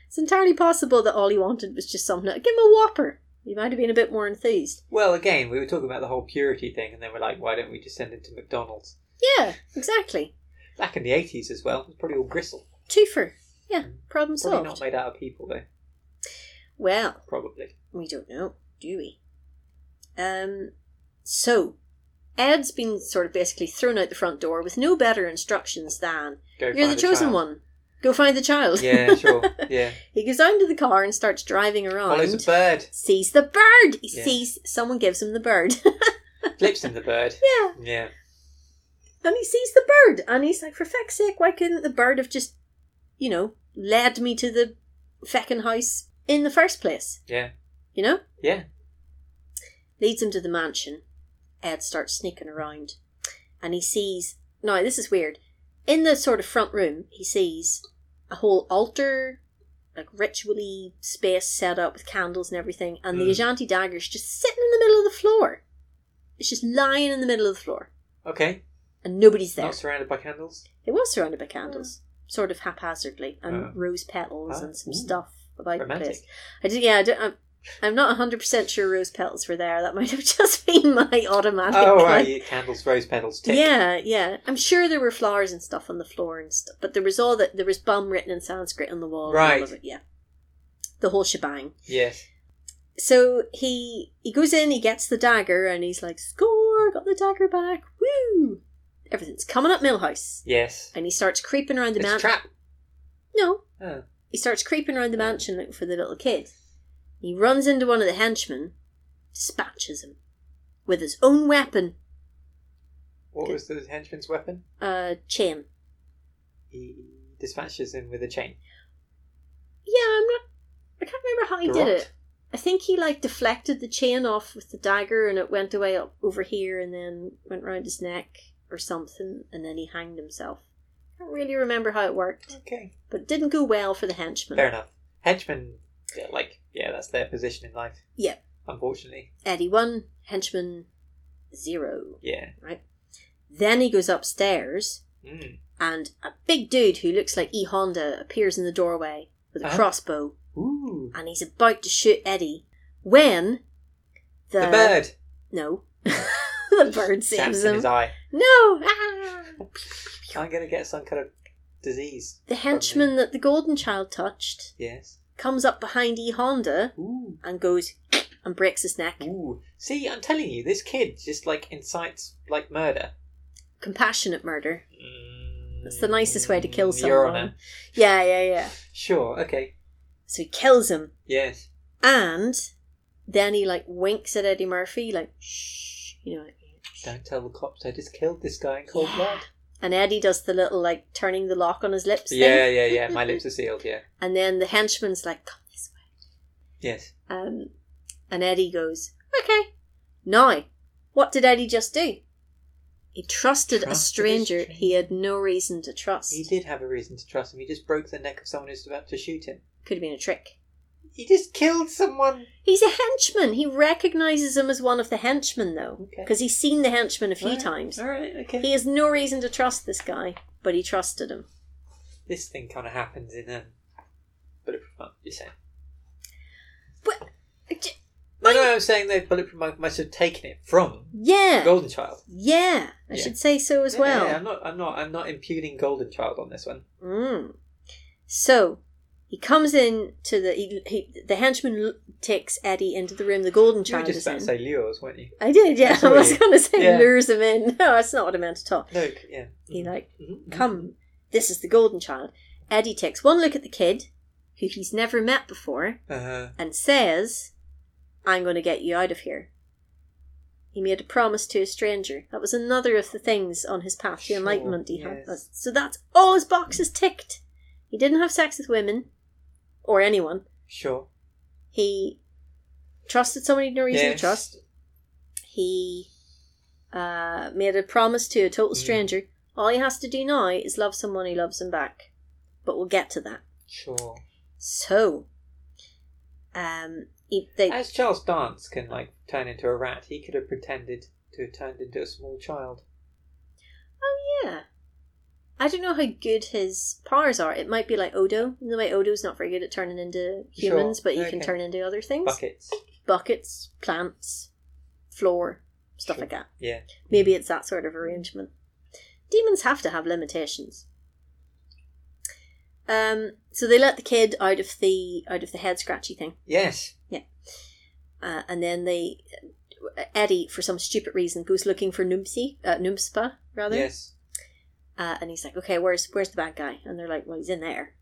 S2: It's entirely possible that all he wanted was just something. To, Give him a whopper. He might have been a bit more enthused.
S1: Well, again, we were talking about the whole purity thing, and then we're like, why don't we just send him to McDonald's?
S2: Yeah, exactly.
S1: Back in the 80s as well, it was probably all gristle.
S2: Twofer. Yeah, problem
S1: Probably
S2: solved.
S1: not made out of people, though.
S2: Well,
S1: Probably.
S2: We don't know, do we? Um, so, Ed's been sort of basically thrown out the front door with no better instructions than
S1: Go
S2: "You're
S1: find
S2: the
S1: a
S2: chosen
S1: child."
S2: one. Go find the child."
S1: yeah, sure.
S2: [LAUGHS]
S1: Yeah.
S2: he goes down to the car and starts driving
S1: Follows
S2: around.
S1: a bird.
S2: Sees the bird. He
S1: Yeah.
S2: sees someone gives him the bird. [LAUGHS]
S1: Flips him the bird.
S2: yeah,
S1: Yeah.
S2: and he sees the bird, and he's like, "For feck's sake, why couldn't the bird have just, you know, led me to the feckin' house in the first place?"
S1: Yeah.
S2: You know.
S1: Yeah.
S2: leads him to the mansion. Ed starts sneaking around and he sees. Now, this is weird. In the sort of front room, he sees a whole altar, like ritually space set up with candles and everything, and the
S1: Mm.
S2: Ajanti dagger's just sitting in the middle of the floor. It's just lying in the middle of the floor,
S1: Okay.
S2: and nobody's there.
S1: Not surrounded by candles.
S2: It was surrounded by candles, sort of haphazardly, and
S1: Oh.
S2: rose petals
S1: Ah,
S2: and some
S1: ooh.
S2: stuff about the
S1: Romantic.
S2: place. I did, yeah. I don't, I'm, I'm not 100 percent sure rose petals were there. That [LAUGHS] might have just been my automatic.
S1: Oh,
S2: like-
S1: right.
S2: [LAUGHS]
S1: yeah, Candles, rose petals, tick.
S2: yeah, yeah. I'm sure there were flowers and stuff on the floor and stuff, but there was all that. There was bum written in Sanskrit on the wall. and all
S1: Right.
S2: of it, yeah. The whole shebang.
S1: Yes.
S2: So he he goes in, he gets the dagger, and he's like, "Score! Got the dagger back! Woo! Everything's coming up, Millhouse."
S1: Yes.
S2: And he starts creeping around the
S1: It's a
S2: mansion.
S1: trap.
S2: No.
S1: Oh.
S2: He starts creeping around the
S1: Oh.
S2: mansion looking for the little kid. He runs into one of the henchmen, dispatches him with his own weapon,
S1: What was the henchman's weapon?
S2: a chain.
S1: He dispatches him with a chain.
S2: Yeah, I'm not. I can't remember how he
S1: The
S2: did
S1: rot.
S2: it. I think he like deflected the chain off with the dagger, and it went away up over here, and then went round his neck or something, and then he hanged himself. I don't really remember how it worked,
S1: Okay.
S2: but it didn't go well for the henchman.
S1: Fair enough. Henchmen, yeah, like, yeah, that's their position in life.
S2: Yeah.
S1: Unfortunately.
S2: Eddie one, henchman zero.
S1: Yeah.
S2: Then he goes upstairs,
S1: Mm.
S2: and a big dude who looks like E Honda appears in the doorway with a
S1: Uh-huh.
S2: crossbow,
S1: Ooh.
S2: and he's about to shoot Eddie when the,
S1: The, bird
S2: no [LAUGHS] the bird
S1: saps
S2: uh, saves
S1: in
S2: him.
S1: his eye.
S2: No, [LAUGHS] ah!
S1: I'm going to get some kind of disease.
S2: the henchman that the golden child touched
S1: Yes.
S2: comes up behind E Honda
S1: Ooh.
S2: and goes [CLEARS THROAT] and breaks his neck.
S1: Ooh. See, I'm telling you, this kid just, like, incites, like, murder.
S2: Compassionate murder.
S1: Mm,
S2: That's the nicest way to kill
S1: Your
S2: someone.
S1: Honor.
S2: Yeah, yeah, yeah.
S1: Sure, okay.
S2: So he kills him.
S1: Yes.
S2: And then he like winks at Eddie Murphy, like shh, you know. like, shh.
S1: Don't tell the cops I just killed this guy in cold
S2: Yeah.
S1: blood.
S2: And Eddie does the little like turning the lock on his lips
S1: Yeah,
S2: thing.
S1: yeah, yeah. My lips are sealed, yeah.
S2: And then the henchman's like, "Come this way."
S1: Yes.
S2: Um, and Eddie goes, "Okay." Now, what did Eddie just do? He
S1: Trusted
S2: trusted,
S1: a
S2: a stranger he
S1: stranger.
S2: had no reason to trust.
S1: He did have a reason to trust him. He just broke the neck of someone who's about to shoot him.
S2: Could have been a trick.
S1: He just killed someone.
S2: He's a henchman. He recognizes him as one of the henchmen, though,
S1: Okay.
S2: because he's seen the henchman a few
S1: Alright,
S2: times.
S1: Alright, okay.
S2: He has no reason to trust this guy, but he trusted him.
S1: This thing kind of happens in um, Bulletproof Monk, you're saying. No, no, I'm saying that Bulletproof Monk must have taken it from
S2: Yeah.
S1: Golden Child.
S2: Yeah, I
S1: Yeah.
S2: should say so as
S1: Yeah,
S2: well.
S1: yeah, I'm not, I'm not, I'm not imputing Golden Child on this one.
S2: Mm. So he comes in to the he, he, the henchman l- takes Eddie into the room the golden
S1: You were
S2: child
S1: just
S2: is
S1: about
S2: in.
S1: to say lures, weren't you?
S2: I did, yeah.
S1: That's
S2: [LAUGHS] I
S1: what
S2: was
S1: you-
S2: going to say
S1: yeah.
S2: lures him in. [LAUGHS] No, that's not what I meant at all.
S1: No, yeah.
S2: He like
S1: Mhm.
S2: come. This is the golden child. Eddie takes one look at the kid, who he's never met before,
S1: Uh-huh.
S2: and says, "I'm going to get you out of here." He made a promise to a stranger. That was another of the things on his path to
S1: Sure,
S2: enlightenment he had.
S1: yes.
S2: That's- So that's all his boxes ticked. He didn't have sex with women or anyone.
S1: Sure.
S2: He trusted someone he'd no reason
S1: Yes.
S2: to trust. He uh, made a promise to a total
S1: Mm.
S2: stranger. All he has to do now is love someone who loves him back. But we'll get to that.
S1: Sure.
S2: So, um, he, they,
S1: As Charles Dance can like turn into a rat, he could have pretended to have turned into a small child.
S2: Oh yeah. I don't know how good his powers are. It might be like Odo, in the way Odo's not very good at turning into
S1: Sure,
S2: humans, but he can
S1: okay.
S2: turn into other things
S1: Buckets.
S2: buckets, plants, floor, stuff
S1: Sure.
S2: like that.
S1: Yeah.
S2: Maybe it's that sort of arrangement. Demons have to have limitations. Um, so they let the kid out of the out of the head scratchy thing,
S1: Yes.
S2: uh, and then they Eddie, for some stupid reason, goes looking for Noomsi, uh, Noomspa rather,
S1: Yes.
S2: uh, and he's like, "Okay, where's where's the bad guy?" And they're like, "Well, he's in there."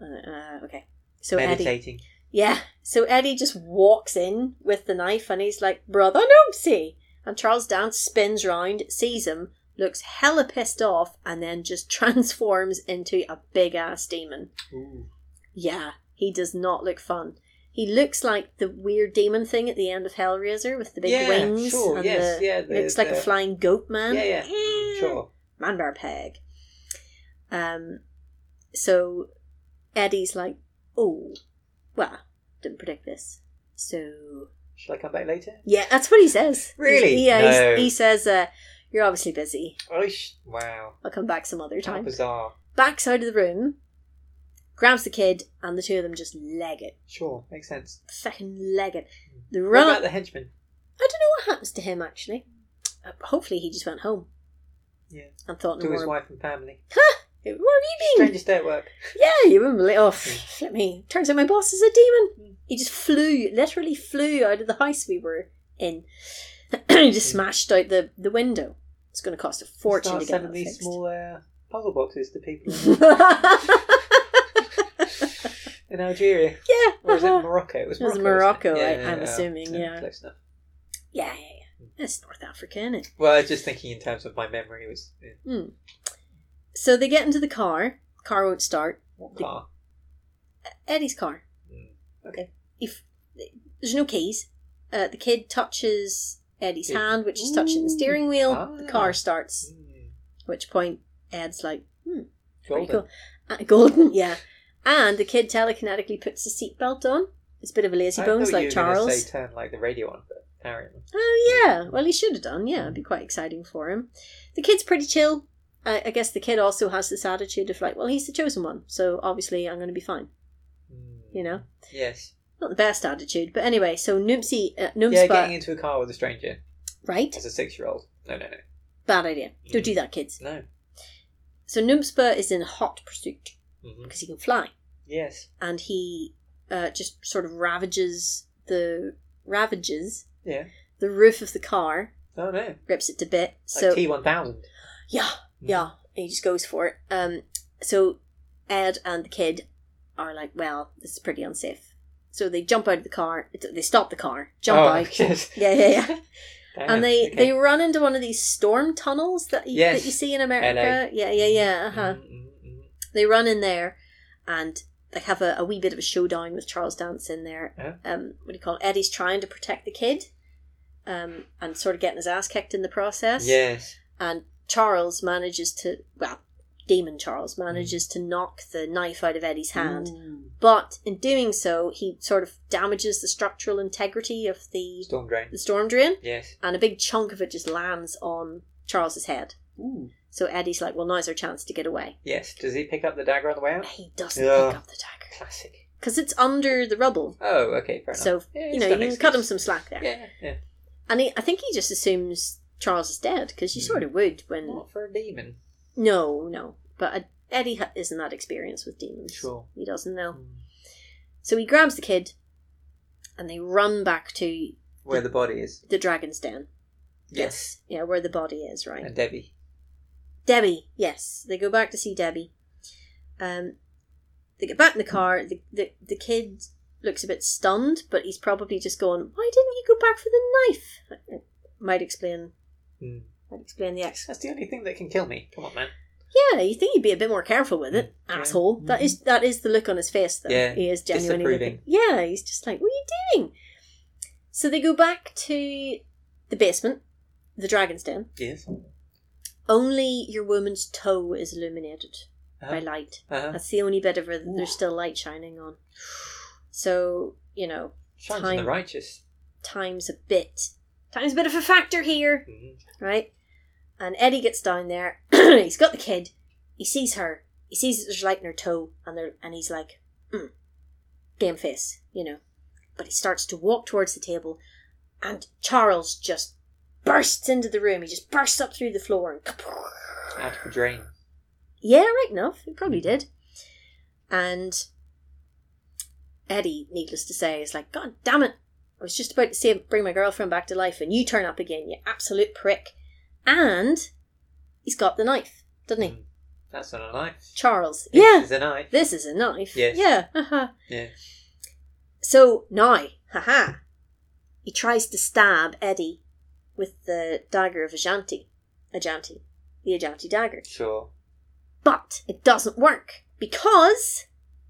S2: Uh, uh, okay, so Eddie,
S1: Meditating.
S2: yeah, so Eddie just walks in with the knife, and he's like, "Brother Noomsi," and Charles Dance spins round, sees him, looks hella pissed off, and then just [LAUGHS] transforms into a big ass demon.
S1: Ooh.
S2: Yeah, he does not look fun. He looks like the weird demon thing at the end of Hellraiser with the big
S1: yeah,
S2: wings.
S1: Sure.
S2: and
S1: yes.
S2: the-
S1: yeah. the-
S2: looks like a
S1: the-
S2: flying goat man.
S1: Yeah,
S2: [LAUGHS]
S1: yeah. Sure.
S2: Man bear peg. Um, so Eddie's like, oh, well, didn't predict this. So
S1: Shall I come back later?
S2: yeah, that's what he says.
S1: Really?
S2: He- yeah, he's-
S1: No.
S2: he says, uh, "You're obviously busy.
S1: Oish. Wow.
S2: I'll come back some other
S1: How
S2: time."
S1: bizarre.
S2: Backs out of the room, grabs the kid, and the two of them just leg it.
S1: Sure. Makes sense.
S2: Fucking leg it. They
S1: What
S2: run.
S1: about the henchman?
S2: I don't know what happens to him actually. Uh, hopefully, he just went home
S1: Yeah.
S2: and thought no
S1: To his
S2: more.
S1: wife and family.
S2: Where have you been?
S1: Strangest day at work.
S2: Yeah, you wouldn't believe. Oh, flip me! Turns out my boss is a demon. He just flew, literally flew out of the house we were in. [CLEARS THROAT] he
S1: Mm.
S2: just smashed out the the window. It's going to cost a
S1: Start
S2: fortune to get
S1: sending
S2: that
S1: these
S2: fixed.
S1: small uh, puzzle boxes to people in Algeria.
S2: [LAUGHS] yeah,
S1: [LAUGHS] Or
S2: [LAUGHS]
S1: was it
S2: uh-huh.
S1: Morocco? It was
S2: It was
S1: Morocco.
S2: Morocco,
S1: wasn't it?
S2: I- I'm assuming, yeah.
S1: Close enough.
S2: yeah, yeah, yeah. That's North Africa, is it?
S1: Well, I was just thinking in terms of my memory. It was yeah.
S2: So they get into the car. Car won't start.
S1: what
S2: The-
S1: car?
S2: Eddie's car.
S1: Mm. Okay.
S2: If there's no keys, uh, the kid touches Eddie's
S1: Yeah.
S2: hand, which is touching the
S1: Ooh.
S2: steering wheel. The
S1: Ah.
S2: car starts.
S1: Mm.
S2: At which point Ed's like, hmm, pretty
S1: Golden.
S2: cool. Uh, golden, [LAUGHS] yeah. And the kid telekinetically puts the seatbelt on. It's a bit of a lazy
S1: I
S2: bones
S1: thought you
S2: like
S1: were gonna
S2: Charles.
S1: Say turn like the radio on, but apparently.
S2: Oh yeah, well he should have done. Yeah, it'd be quite exciting for him. The kid's pretty chill. I, I guess the kid also has this attitude of like, well, he's the chosen one, so obviously I'm going to be fine.
S1: Mm.
S2: You know,
S1: Yes.
S2: not the best attitude, but anyway. So Noomsy, uh,
S1: yeah,
S2: Noomspa,
S1: getting into a car with a stranger
S2: right?
S1: as a six-year-old. No, no, no,
S2: Bad idea. Don't do that, kids.
S1: no.
S2: So Noomspa is in hot pursuit
S1: hmm
S2: because he can fly.
S1: Yes.
S2: and he uh, just sort of ravages the ravages
S1: Yeah.
S2: the roof of the car,
S1: Oh no. Like
S2: rips it to bit. So
S1: T one thousand.
S2: yeah, yeah, he just goes for it. Um, so Ed and the kid are like, "Well, this is pretty unsafe." So they jump out of the car. They stop the car, jump
S1: oh, [LAUGHS]
S2: out.
S1: Yes.
S2: Yeah, yeah, yeah.
S1: Damn,
S2: And they,
S1: okay.
S2: they run into one of these storm tunnels that you,
S1: Yes.
S2: that you see in America. Yeah, yeah, yeah. Uh huh.
S1: Mm, mm, mm.
S2: they run in there and they have a, a wee bit of a showdown with Charles Dance in there.
S1: Yeah.
S2: Um, what do you call it? Eddie's trying to protect the kid um, and sort of getting his ass kicked in the process.
S1: Yes.
S2: And Charles manages to, well, Demon Charles manages to knock the knife out of Eddie's hand.
S1: Mm. Ooh.
S2: But in doing so, he sort of damages the structural integrity of the,
S1: Storm drain.
S2: the storm drain
S1: Yes.
S2: and a big chunk of it just lands on Charles's head. So Eddie's like, well, now's our chance to get away.
S1: Yes. Does he pick up the dagger on the way out?
S2: He doesn't
S1: Yeah.
S2: pick up the dagger.
S1: Classic.
S2: because it's under the rubble.
S1: Oh, okay, fair enough.
S2: So
S1: Yeah,
S2: you
S1: it's
S2: know
S1: done
S2: you can
S1: next
S2: cut
S1: to
S2: him some slack there.
S1: Yeah, yeah.
S2: And he, I think he just assumes Charles is dead because you
S1: Mm.
S2: sort of would when
S1: Not for a demon.
S2: no, no. But uh Eddie ha- isn't that experienced with demons.
S1: Sure. Mm.
S2: He doesn't know. So he grabs the kid, and they run back to
S1: Where the body is.
S2: the dragon's den.
S1: Yes.
S2: Yeah, where the body is, right?
S1: And Debbie.
S2: Debbie. Yes, they go back to see Debbie. Um, they get back in the car. The, the the kid looks a bit stunned, but he's probably just going, "Why didn't you go back for the knife?" Might explain.
S1: Mm.
S2: Might explain the ex.
S1: That's the only thing that can kill me. Come on, man.
S2: Yeah, you think he'd be a bit more careful with it,
S1: Mm. Yeah.
S2: asshole. That is that is the look on his face, though.
S1: Yeah,
S2: he is genuinely.
S1: disapproving.
S2: Looking, yeah, he's just like, "What are you doing?" So they go back to the basement, the dragon's den.
S1: Yes.
S2: Only your woman's toe is illuminated by
S1: Uh-huh.
S2: light.
S1: Uh-huh.
S2: That's the only bit of her that
S1: Ooh.
S2: there's still light shining on. So, you know,
S1: Shines on
S2: time.
S1: the righteous.
S2: time's a bit. Time's a bit of a factor here,
S1: Mm.
S2: [CLEARS THROAT] right? And Eddie gets down there. He's got the kid. He sees her. He sees that there's light in her toe, and there, and he's like, mm, game face, you know. But he starts to walk towards the table, and Charles just bursts into the room. He just bursts up through the floor and
S1: Out of the drain.
S2: yeah, right enough. He probably did. And Eddie, needless to say, is like, God damn it. I was just about to say, bring my girlfriend back to life, and you turn up again, you absolute prick. And he's got the knife, doesn't he?
S1: Mm. That's not a knife.
S2: Charles.
S1: This
S2: yeah,
S1: is a knife.
S2: this is a knife.
S1: Yes.
S2: Yeah. haha.
S1: Yeah.
S2: so now, haha, he tries to stab Eddie with the dagger of Ajanti. Ajanti. The Ajanti dagger.
S1: Sure.
S2: But it doesn't work because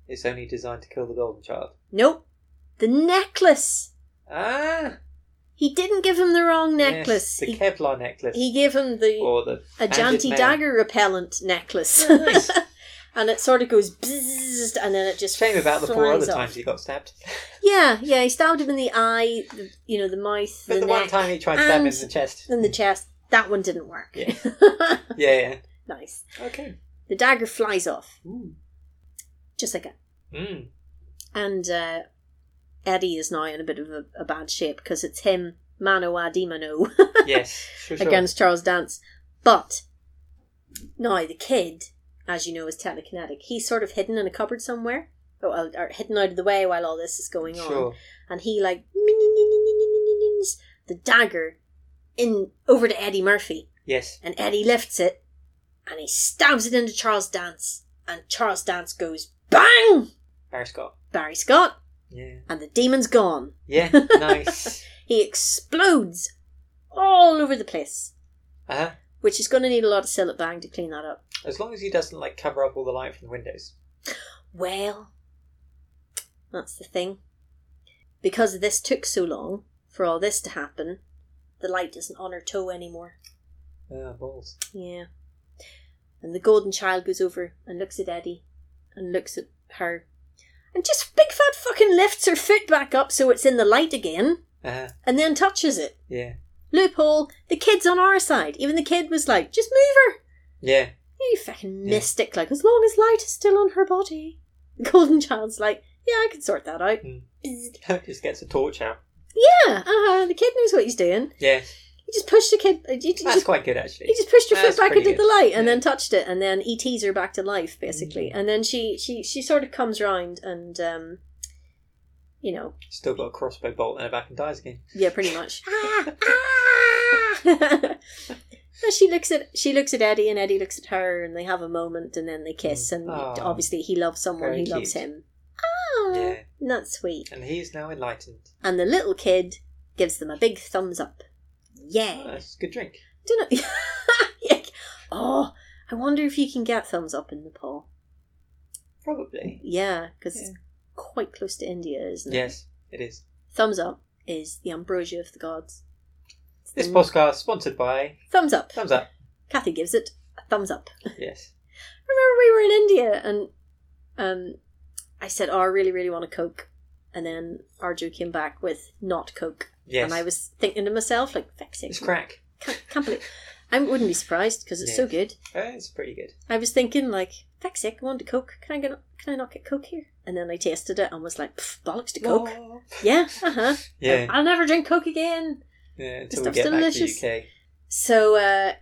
S1: It's only designed to kill the golden child.
S2: Nope. The necklace.
S1: Ah!
S2: He didn't give him the wrong necklace.
S1: Yes, the Kevlar necklace.
S2: he, he gave him the
S1: or the
S2: a
S1: bandit
S2: Ajanti
S1: mail.
S2: dagger repellent necklace.
S1: Yeah, Oh, nice.
S2: [LAUGHS] and it sort of goes bzzz, and then it just
S1: Shame about the four
S2: flies
S1: other
S2: off.
S1: times he got stabbed. [LAUGHS]
S2: Yeah, yeah. He stabbed him in the eye, the, you know, the mouth,
S1: But
S2: the,
S1: the,
S2: neck,
S1: one time he tried to stab him
S2: and-
S1: in the chest.
S2: and the chest. That one didn't work.
S1: Yeah. Yeah,
S2: [LAUGHS] nice.
S1: yeah. Okay.
S2: The dagger flies off,
S1: Ooh.
S2: just like that. [LAUGHS]
S1: Mm.
S2: And uh, Eddie is now in a bit of a, a bad shape because it's him, Mano Adimano.
S1: Yes. Sure, sure.
S2: against Charles Dance. But now the kid, as you know, is telekinetic. He's sort of hidden in a cupboard somewhere, or, well, or hidden out of the way while all this is going on.
S1: Sure.
S2: And he like the dagger in over to Eddie Murphy,
S1: Yes.
S2: and Eddie lifts it, and he stabs it into Charles Dance, and Charles Dance goes bang.
S1: Barry Scott.
S2: Barry Scott,
S1: Yeah.
S2: and the demon's gone. [LAUGHS]
S1: Yeah. Nice.
S2: He explodes all over the place,
S1: uh huh.
S2: which is going to need a lot of silicone bang to clean that up.
S1: As long as he doesn't like cover up all the light from the windows.
S2: Well, that's the thing. Because this took so long for all this to happen, the light isn't on her toe anymore.
S1: Ah, balls.
S2: Yeah. And the golden child goes over and looks at Eddie and looks at her and just big fat fucking lifts her foot back up so it's in the light again
S1: Uh huh.
S2: and then touches it.
S1: Yeah.
S2: Loophole, the kid's on our side. Even the kid was like, just move her.
S1: Yeah. [LAUGHS]
S2: You fucking
S1: Yeah.
S2: mystic, like, as long as light is still on her body. [LAUGHS] The golden child's like, yeah, I can sort that out.
S1: Mm.
S2: Bzzz.
S1: Just gets a torch out.
S2: Yeah, uh-huh, the kid knows what he's doing.
S1: Yeah.
S2: He just pushed the kid. He just,
S1: That's quite good
S2: he
S1: actually.
S2: just pushed her foot
S1: That's
S2: back
S1: pretty
S2: into
S1: good.
S2: the light and
S1: Yeah. Hmm.
S2: then touched it, and then he teases her back to life, basically. And then she she she sort of comes round and um, you know,
S1: Still got a crossbow bolt in her back and dies again.
S2: yeah,
S1: [LAUGHS]
S2: pretty much.
S1: Ah,
S2: and she looks at she looks at Eddie, and Eddie looks at her, and they have a moment, and then they kiss, and
S1: Aw.
S2: obviously he loves someone
S1: Mm. Oh. Very
S2: who loves
S1: cute.
S2: him. Ah,
S1: Yeah.
S2: and that's sweet.
S1: And he is now enlightened.
S2: And the little kid gives them a big thumbs up. Yeah.
S1: Oh, that's a good drink.
S2: don't know. [LAUGHS] Yeah. Oh, I wonder if you can get thumbs up in Nepal.
S1: Probably.
S2: Yeah, because
S1: Yeah.
S2: it's quite close to India, isn't it?
S1: Yes, it is.
S2: Thumbs up is the ambrosia of the gods. It's
S1: This
S2: the-
S1: podcast sponsored by
S2: thumbs up.
S1: Thumbs
S2: [LAUGHS]
S1: Up.
S2: Kathy gives it a thumbs up.
S1: Yes.
S2: Remember, we were in India and um, I said, "Oh, I really, really want a coke," and then Arju came back with not coke,
S1: Yes.
S2: and I was thinking to myself, like, vexing.
S1: It's crack.
S2: Can't, can't believe. I wouldn't be surprised because it's so
S1: Yeah.
S2: good.
S1: Uh, it's pretty good.
S2: I was thinking like, that's it, I want a Coke. Can I get can I not get Coke here? And then I tasted it and was like, "Pff, bollocks to Coke.
S1: Oh.
S2: Yeah, uh huh.
S1: Yeah.
S2: I'll never drink Coke again.
S1: yeah until we
S2: stuff's
S1: get back
S2: delicious.
S1: to the UK.
S2: So uh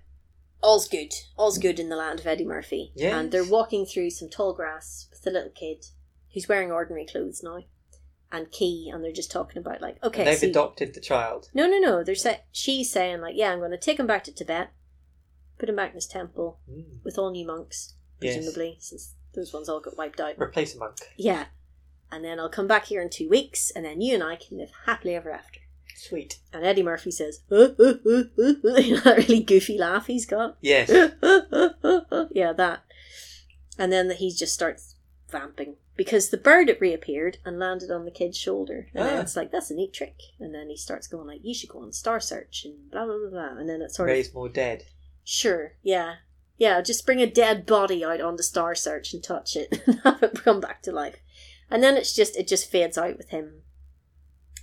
S2: all's good. All's good in the land of Eddie Murphy.
S1: Yes.
S2: And they're walking through some tall grass with the little kid who's wearing ordinary clothes now. And Key, and they're just talking about like, okay,
S1: and they've
S2: so-
S1: adopted the child.
S2: No, no, no. They're say- she's saying like, yeah, I'm going to take him back to Tibet, put him back in his temple
S1: Mm.
S2: with all new monks,
S1: Yes.
S2: presumably, since those ones all got wiped out.
S1: Replace a monk.
S2: Yeah. And then I'll come back here in two weeks, and then you and I can live happily ever after.
S1: Sweet.
S2: And Eddie Murphy says, [LAUGHS] "Uh, uh, uh, uh, uh," you know, that really goofy laugh he's got.
S1: Yes.
S2: "Uh, uh, uh, uh, uh," [LAUGHS] yeah, that. And then he just starts vamping because the bird had reappeared and landed on the kid's shoulder. And then
S1: Ah.
S2: it's like, that's a neat trick. And then he starts going like, you should go on Star Search and blah, blah, blah, blah. And then it's sort of,
S1: Raise more dead.
S2: sure, yeah. Yeah, just bring a dead body out onto Star Search and touch it [LAUGHS] and have it come back to life. And then it's just it just fades out with him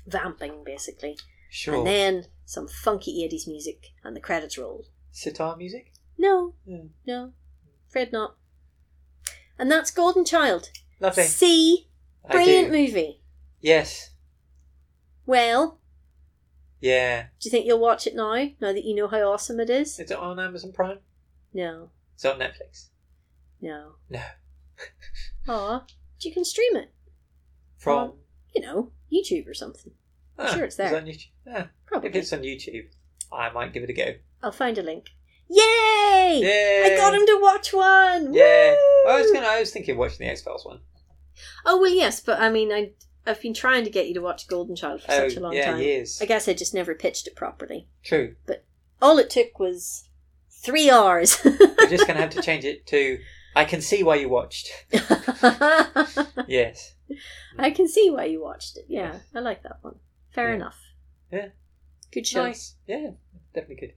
S2: vamping basically.
S1: Sure.
S2: And then some funky 80s music and the credits roll.
S1: Sitar music?
S2: No,
S1: Yeah.
S2: no. Afraid not. And that's Golden Child.
S1: Lovely.
S2: See,
S1: I
S2: brilliant
S1: do.
S2: movie.
S1: Yes.
S2: Well,
S1: Yeah.
S2: do you think you'll watch it now? Now that you know how awesome it is?
S1: Is it on Amazon Prime?
S2: No,
S1: It's on Netflix.
S2: no.
S1: No.
S2: Aw, but you can stream it.
S1: From.
S2: You know, YouTube or something.
S1: Ah,
S2: sure it's
S1: is it
S2: there.
S1: on YouTube. Ah, if
S2: Probably.
S1: it's on YouTube, I might give it a go.
S2: I'll find a link. Yay!
S1: Yay!
S2: I got him to watch one.
S1: Yeah.
S2: Woo!
S1: I was gonna. I was thinking of watching the X Files one.
S2: Oh well, yes, but I mean, I I've been trying to get you to watch Golden Child for
S1: Oh,
S2: such a long
S1: yeah,
S2: time.
S1: years.
S2: I guess I just never pitched it properly.
S1: True.
S2: All it took was three R's.
S1: We're just gonna have to change it to. I can see why you
S2: [LAUGHS]
S1: watched. [LAUGHS]
S2: I
S1: Yes.
S2: can see why you watched it. Yeah, I like that one. Fair
S1: Yeah.
S2: enough.
S1: Yeah.
S2: Good choice.
S1: Nice. Yeah. Definitely good.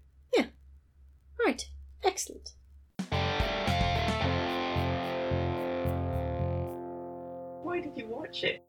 S2: All right. Excellent.
S1: Why did you watch it?